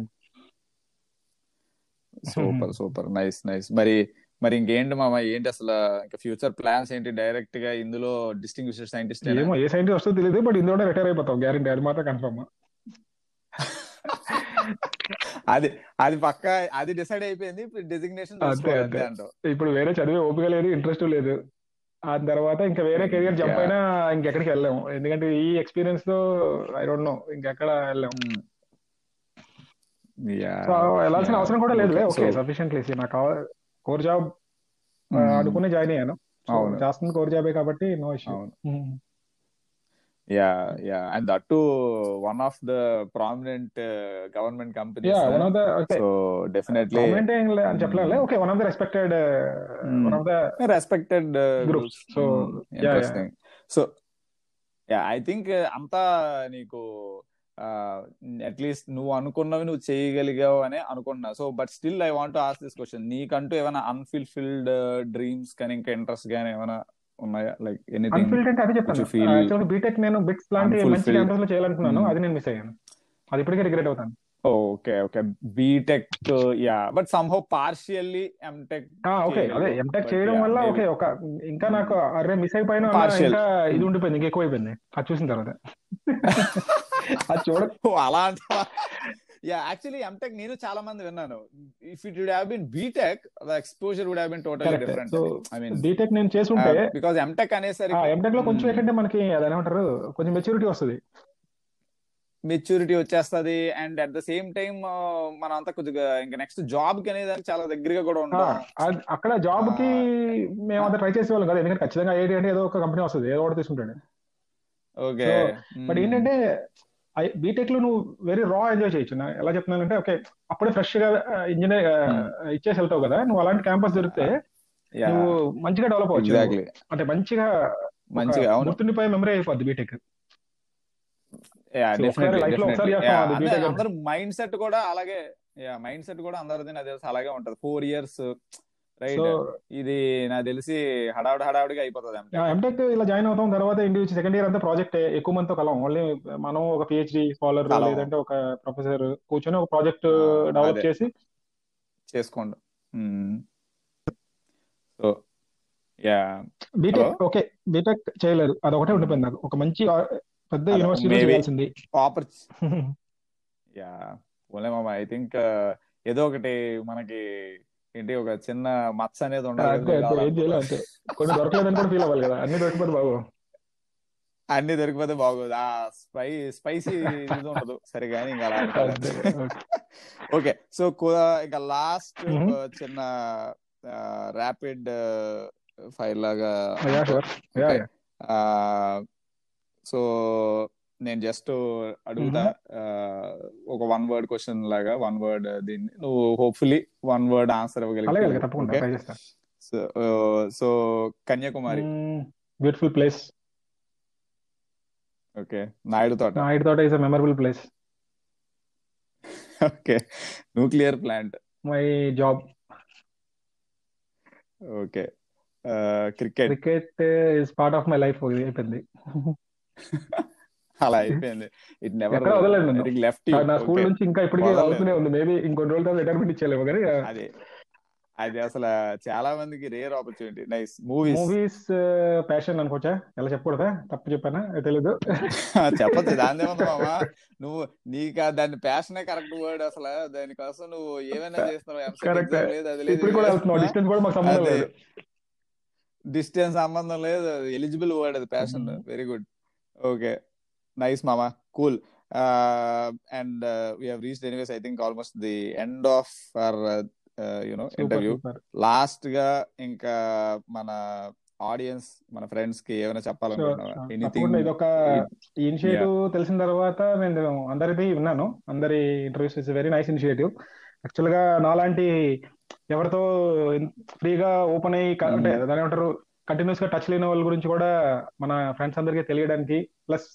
సూపర్ సూపర్ నైస్ నైస్ మరి మరి ఇంకేంటి మామ ఏంటి అసలు ఇంకా ఫ్యూచర్ ప్లాన్స్ ఏంటి డైరెక్ట్ గా ఇందులో డిస్టింగ్విష్డ్ సైంటిస్ట్ ఏమో ఏ సైంటిస్ట్ వస్తుందో తెలియదు బట్ ఇందులో రిటైర్ అయిపోతాం గ్యారంటీ అది మాత్రం కన్ఫర్మ్ అది అది పక్క అది డిసైడ్ అయిపోయింది డెసిగ్నేషన్ అంతే, అంతే అంతే. అంటావు ఇప్పుడు వేరే చదివే ఓపిక లేదు ఇంట్రెస్ట్ లేదు ఆ తర్వాత ఇంకా వేరే కెరియర్ జంప్ Yeah. అయినా ఇంకెక్కడికి వెళ్ళాము ఎందుకంటే ఈ ఎక్స్పీరియన్స్ తో ఐ డోంట్ నో ఇంకెక్కడ వెళ్ళాము Mm. Yeah. సో వెళ్ళాల్సిన అవసరం కూడా లేదులే Okay, ఓకే so- సఫిషియెంట్లీ నాకు కోర్ జాబ్ Mm. అనుకునే జాయిన్ అయ్యాను So, అవును. చేస్తుంది కోర్ జాబే కాబట్టి నో ఇష్యూ అవును yeah yeah and that too one of the prominent government yeah one companies of the okay so definitely government ఏం లే- అని చెప్పలేం okay one of the respected Mm. One of the respected groups so Mm-hmm. yeah. Interesting so yeah I think uh, అంతా నీకు అట్లీస్ట్ నువ్వు అనుకున్నవి నువ్వు చేయగలిగావు అని అనుకుంటున్నా so but still I want ask this question నీకంటూ ఏమైనా అన్ఫుల్ఫిల్డ్ డ్రీమ్స్ కానీ ఇంకా ఇంట్రెస్ట్ కానీ ఏమైనా ఉన్నాయా లైక్ ఎనీథింగ్ అన్ఫిల్డ్ అంటే అదే you feel చెప్తాను బీటెక్ నేను బిట్స్ లాంటి మంచి unfulfilled? క్యాంపస్ లో చేయాలనుకున్నాను Mm. అది నేను మిస్ అయ్యాను అది ఇప్పటికే రిగ్రెట్ అవుతాను okay okay BTech yeah but somehow partially MTech okay చేయలేదు. అదే ఎంటెక్ But చేయడం yeah, వల్ల maybe. ఓకే ఒక ఇంకా నాకు అరే మిస్ అయిపోయినా అన్న Partial. ఇంకా ఇది ఉండిపోయింది ఇంకా ఎక్కువ అయిపోయింది అది చూసిన తర్వాత అది చూడ అలా అంటావా యా యాక్చువల్లీ ఎంటెక్ నేను చాలా మంది విన్నాను if it would have been BTech the exposure would have been totally correct different so I mean BTech నేను uh, చేసుంటే బికాజ్ ఎంటెక్ ఆ అనేసరికి Hmm. ఎంటెక్ లో కొంచెం ఏంటంటే మనకి అది ఏమంటారు కొంచెం మెచ్యూరిటీ వస్తుంది మెచ్యూరిటీ వచ్చేస్తది and at the same time మనం అంతా uh, కొద్దిగా ఇంకా నెక్స్ట్ జాబ్ కి అనేది చాలా దగ్గరగా కూడా ఆ, ఉంటాం అద్- అక్కడ జాబ్ కి మేము అంత ట్రై చేసేవాళ్ళం కదా ఎందుకంటే ఖచ్చితంగా ఐఐటి అంటే ఏదో ఒక కంపెనీ వస్తుంది ఏదో ఒకటి తీసుకుంటాడు ఓకే So, Hmm. బట్ ఏంటంటే బీటెక్ లో నువ్వు వెరీ రా ఎంజాయ్ చేయొచ్చు నా- ఎలా చెప్తున్నానంటే ఓకే అప్పుడే ఫ్రెష్ గా ఇంజనీర్ ఇచ్చేసి వెళ్తావు కదా నువ్వు అలాంటి క్యాంపస్ దొరికితే నువ్వు మంచిగా డెవలప్ అవ్వచ్చు ఎగ్జాక్ట్లీ అంటే మంచిగా ఒక మంచిగా అవును గుర్తుండిపోయే మెమరీ అయిపోద్ది బీటెక్ Yeah, So, definitely, ఒకసారి life లో ఒకసారి definitely. చేస్తాం Yeah, అది అందరి- బీటెక్. అందరి మైండ్ సెట్ కూడా అలాగే మైండ్ సెట్ కూడా అందరిది నాకు తెలిసి అలాగే ఉంటది ఫోర్ ఇయర్స్ రైట్ సో ఇది నాకు తెలిసి హడావుడి హడావుడిగా అయిపోతుంది అంటే ఎంటెక్ ఇలా జాయిన్ అవుతాం తర్వాత ఇండివిజువల్ సెకండ్ ఇయర్ అంతా ప్రాజెక్ట్ ఎక్కువ మందితో కలం ఓన్లీ మనం ఒక పిహెచ్డి స్కాలర్ కలం. లేదంటే ఒక ప్రొఫెసర్ కూర్చొని ఒక ప్రాజెక్ట్ ఆ, డెవలప్ అదే. చేసి చేసుకోండి so yeah BTech E okay BTech చేయలేదు అదొకటే ఉండిపోయింది నాకు ఒక మంచి ఆ, పెద్ద అదే, యూనివర్సిటీ maybe. చేయాల్సింది ఆపర్చు యా ఓన్లీ మామ ఐ థింక్ ఏదో ఒకటి మనకి ఏంటి ఒక చిన్న మచ్చ అనేది ఉండాలి అంతే అంతే ఏం చేయలేదు అంతే కొన్ని దొరకలేదని కూడా ఫీల్ అవ్వాలి కదా అన్ని దొరికిపోతే బాబు అన్ని దొరికిపోతే బాగోదు ఆ స్పై స్పైసీ ఇది ఉండదు సరిగా ఇంకా అలా అంతే. అనుకోవాలి. ఓకే సో ఇంకా లాస్ట్ Mhm. చిన్న ర్యాపిడ్ ఫైర్ లాగా Yeah, sure. Yeah, yeah. So నేను జస్ట్ అడుగుతా ఆ, ఒక వన్ వర్డ్ క్వశ్చన్ లాగా వన్ వర్డ్ దీన్ని నువ్వు హోప్ఫుల్లీ వన్ వర్డ్ ఆన్సర్ అలాగే అలాగే తప్పకుండా ఇవ్వగలిగి ట్రై చేస్తాను so so Kanyakumari Hmm, beautiful place okay Naidu Thota Naidu Thota is a memorable place okay nuclear plant my job okay cricket cricket is part of my life ఇది అయిపోయింది అలా అయిపోయింది ఇట్ నెవర్ ఎక్కడ వదలలేదు నన్ను. లెఫ్ట్ నా స్కూల్ నుంచి ఇంకా ఇప్పటికీ బాగాలేదు. అవుతూనే ఉంది మేబీ ఇంకొన్ని రోజుల తర్వాత రిటైర్మెంట్ ఇచ్చేలేము కానీ అది అది అసలు చాలా మందికి rare opportunity nice movies movies passion uh, అనుకోవచ్చా ఎలా చెప్పకూడదా తప్పు చెప్పానా తెలీదు చెప్పచ్చు దాని ఏమన్నా మామా నువ్వు నీకు ఆ దాని ప్యాషనే కరెక్ట్ వర్డ్ అసలు దానికోసం నువ్వు ఏమైనా చేస్తున్నావు MCQ Correct. exam లేదు అది లేదు ఇప్పుడు కూడా వెళ్తున్నావు డిస్టెన్స్ కూడా మాకు సంబంధం అదే. లేదు డిస్టెన్స్ సంబంధం లేదు ఎలిజిబుల్ వర్డ్ అది passion Mhm. Very good okay nice మామా cool and we have reached anyways I think almost the end of our you know super interview super last గా ఇంకా మన ఆడియన్స్ మన ఫ్రెండ్స్ కి ఏమైనా చెప్పాలనుకుంటున్నావా Sure, sure. ఎనీథింగ్ తప్పకుండా ఇదొక ఇనిషియేటివ్ తెలిసిన తర్వాత నేను అందరిది విన్నాను అందరి interviews is very nice initiative actual గా నాలాంటి ఎవరితో ఫ్రీగా ఓపెన్ అయ్యి క- అంటే దాని ఏమంటారు కంటిన్యూస్ గా టచ్ లేని వాళ్ళ గురించి కూడా మన ఫ్రెండ్స్ అందరికీ తెలియడానికి ప్లస్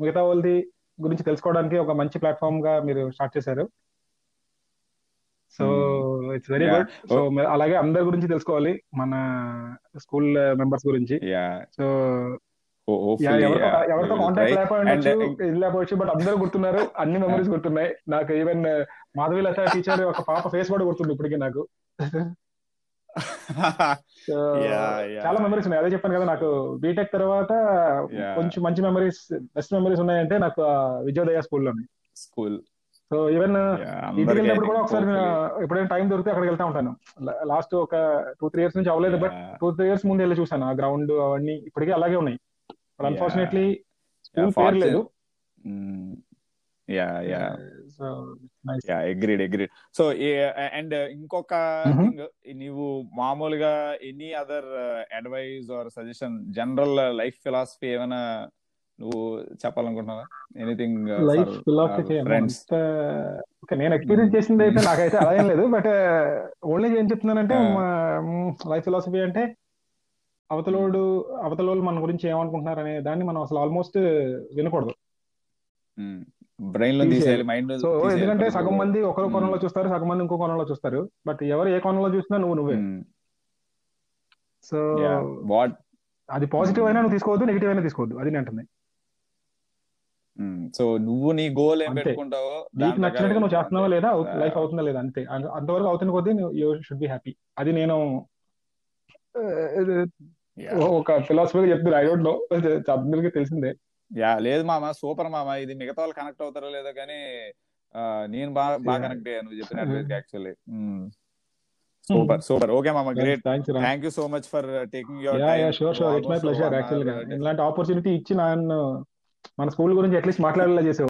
మిగతా వాళ్ళది గురించి తెలుసుకోవడానికి ఒక మంచి ప్లాట్ఫామ్ గా మీరు స్టార్ట్ చేశారు so it's very Yeah. Good so అలాగే అందరి గురించి తెలుసుకోవాలి మన స్కూల్ మెంబర్స్ గురించి యా సో యా, ఎవరితో ఎవరితో Mm, కాంటాక్ట్ లేకపోవచ్చు హోప్ఫుల్లీ ఇది లేకపోవచ్చు బట్ అందరూ గుర్తున్నారు అన్ని మెమరీస్ గుర్తున్నాయి నాకు ఈవెన్ మాధవి లత టీచర్ ఒక పాప ఫేస్ కూడా గుర్తుంది ఇప్పటికీ నాకు So, Yeah, yeah. చాలా మెమరీస్ ఉన్నాయి అదే చెప్పాను కదా నాకు బీటెక్ తర్వాత Yeah. కొంచెం మంచి మెమరీస్ బెస్ట్ మెమరీస్ ఉన్నాయంటే నాకు ఆ విజయోదయ స్కూల్లో స్కూల్ సో ఈవెన్ Ah, ఇంటికి వెళ్ళినప్పుడు కూడా ఒకసారి నేను ఎప్పుడైనా టైం దొరికితే అక్కడికి వెళ్తా ఉంటాను లాస్ట్ ఒక టూ త్రీ ఇయర్స్ నుంచి అవ్వలేదు బట్ టూ త్రీ ఇయర్స్ ముందు వెళ్ళి చూసాను ఆ గ్రౌండ్ అవన్నీ ఇప్పటికీ అలాగే ఉన్నాయి Yeah. అన్ఫార్చునేట్లీ స్కూల్ fortunate- పేరు లేదు mm. Yeah yeah so yeah agreed agreed so and ఇంకొక Mhm. థింగ్ నీవు మామూలుగా uh, any other advise or suggestion general life philosophy uh, ఏమైనా నువ్వు చెప్పాలనుకుంటున్నావా anything life our friends. Okay నేను ఎక్స్పీరియన్స్ చేసింది అయితే Mm. నాకైతే అలా ఏం లేదు బట్ ఓన్లీ ఏం చెప్తున్నానంటే Yeah. లైఫ్ ఫిలాసఫీ అంటే అవతలోడు అవతలోళ్ళు మన గురించి ఏమనుకుంటున్నారు అనే దాన్ని మనం అసలు ఆల్మోస్ట్ వినకూడదు బ్రెయిన్ Mm. లో తీసేయాలి. తీసేయాలి మైండ్ సో ఎందుకంటే సగం మంది Hmm. ఒకరు కోణంలో చూస్తారు సగం మంది ఇంకో కోణంలో చూస్తారు బట్ ఎవరు ఏ కోణంలో చూసినా నువ్వు నువ్వే Hmm. Mm. సో వాట్ అది పాజిటివ్ Mm. అయినా నువ్వు తీసుకోవద్దు నెగిటివ్ అయినా తీసుకోవద్దు అది నేను అంటుంది సో Mm. నువ్వు నీ గోల్ ఏం అంతే. పెట్టుకుంటావో నీకు దాని నచ్చినట్టుగా నువ్వు ప్రకారం చేస్తున్నావా లేదా ఆ. లైఫ్ అవుతుందా లేదా అంతే అంత- అంతవరకు అవుతున్న కొద్దీ యూ షుడ్ బి హ్యాపీ అది నేను ఆ, Yeah. ఒక ఫిలాసఫీగా చెప్తున్నా ఐ డోంట్ నో అందరికీ తెలిసిందే యా లేదు మామ సూపర్ మామ ఇది మిగతా వాళ్ళు కనెక్ట్ అవుతారో లేదో కానీ ఆ, నేను బాగా బాగా Yeah. కనెక్ట్ అయ్యాను నువ్వు చెప్పిన Mhm. Advice actually super super okay మామ గ్రేట్ థ్యాంక్స్ రా thank you so much for taking your yeah yeah sure uh, sure it's my pleasure actual గా ఇలాంటి ఆపర్చునిటీ ఇచ్చి నన్ను మన స్కూల్ గురించి అట్లీస్ట్ మాట్లాడేలా చేసావు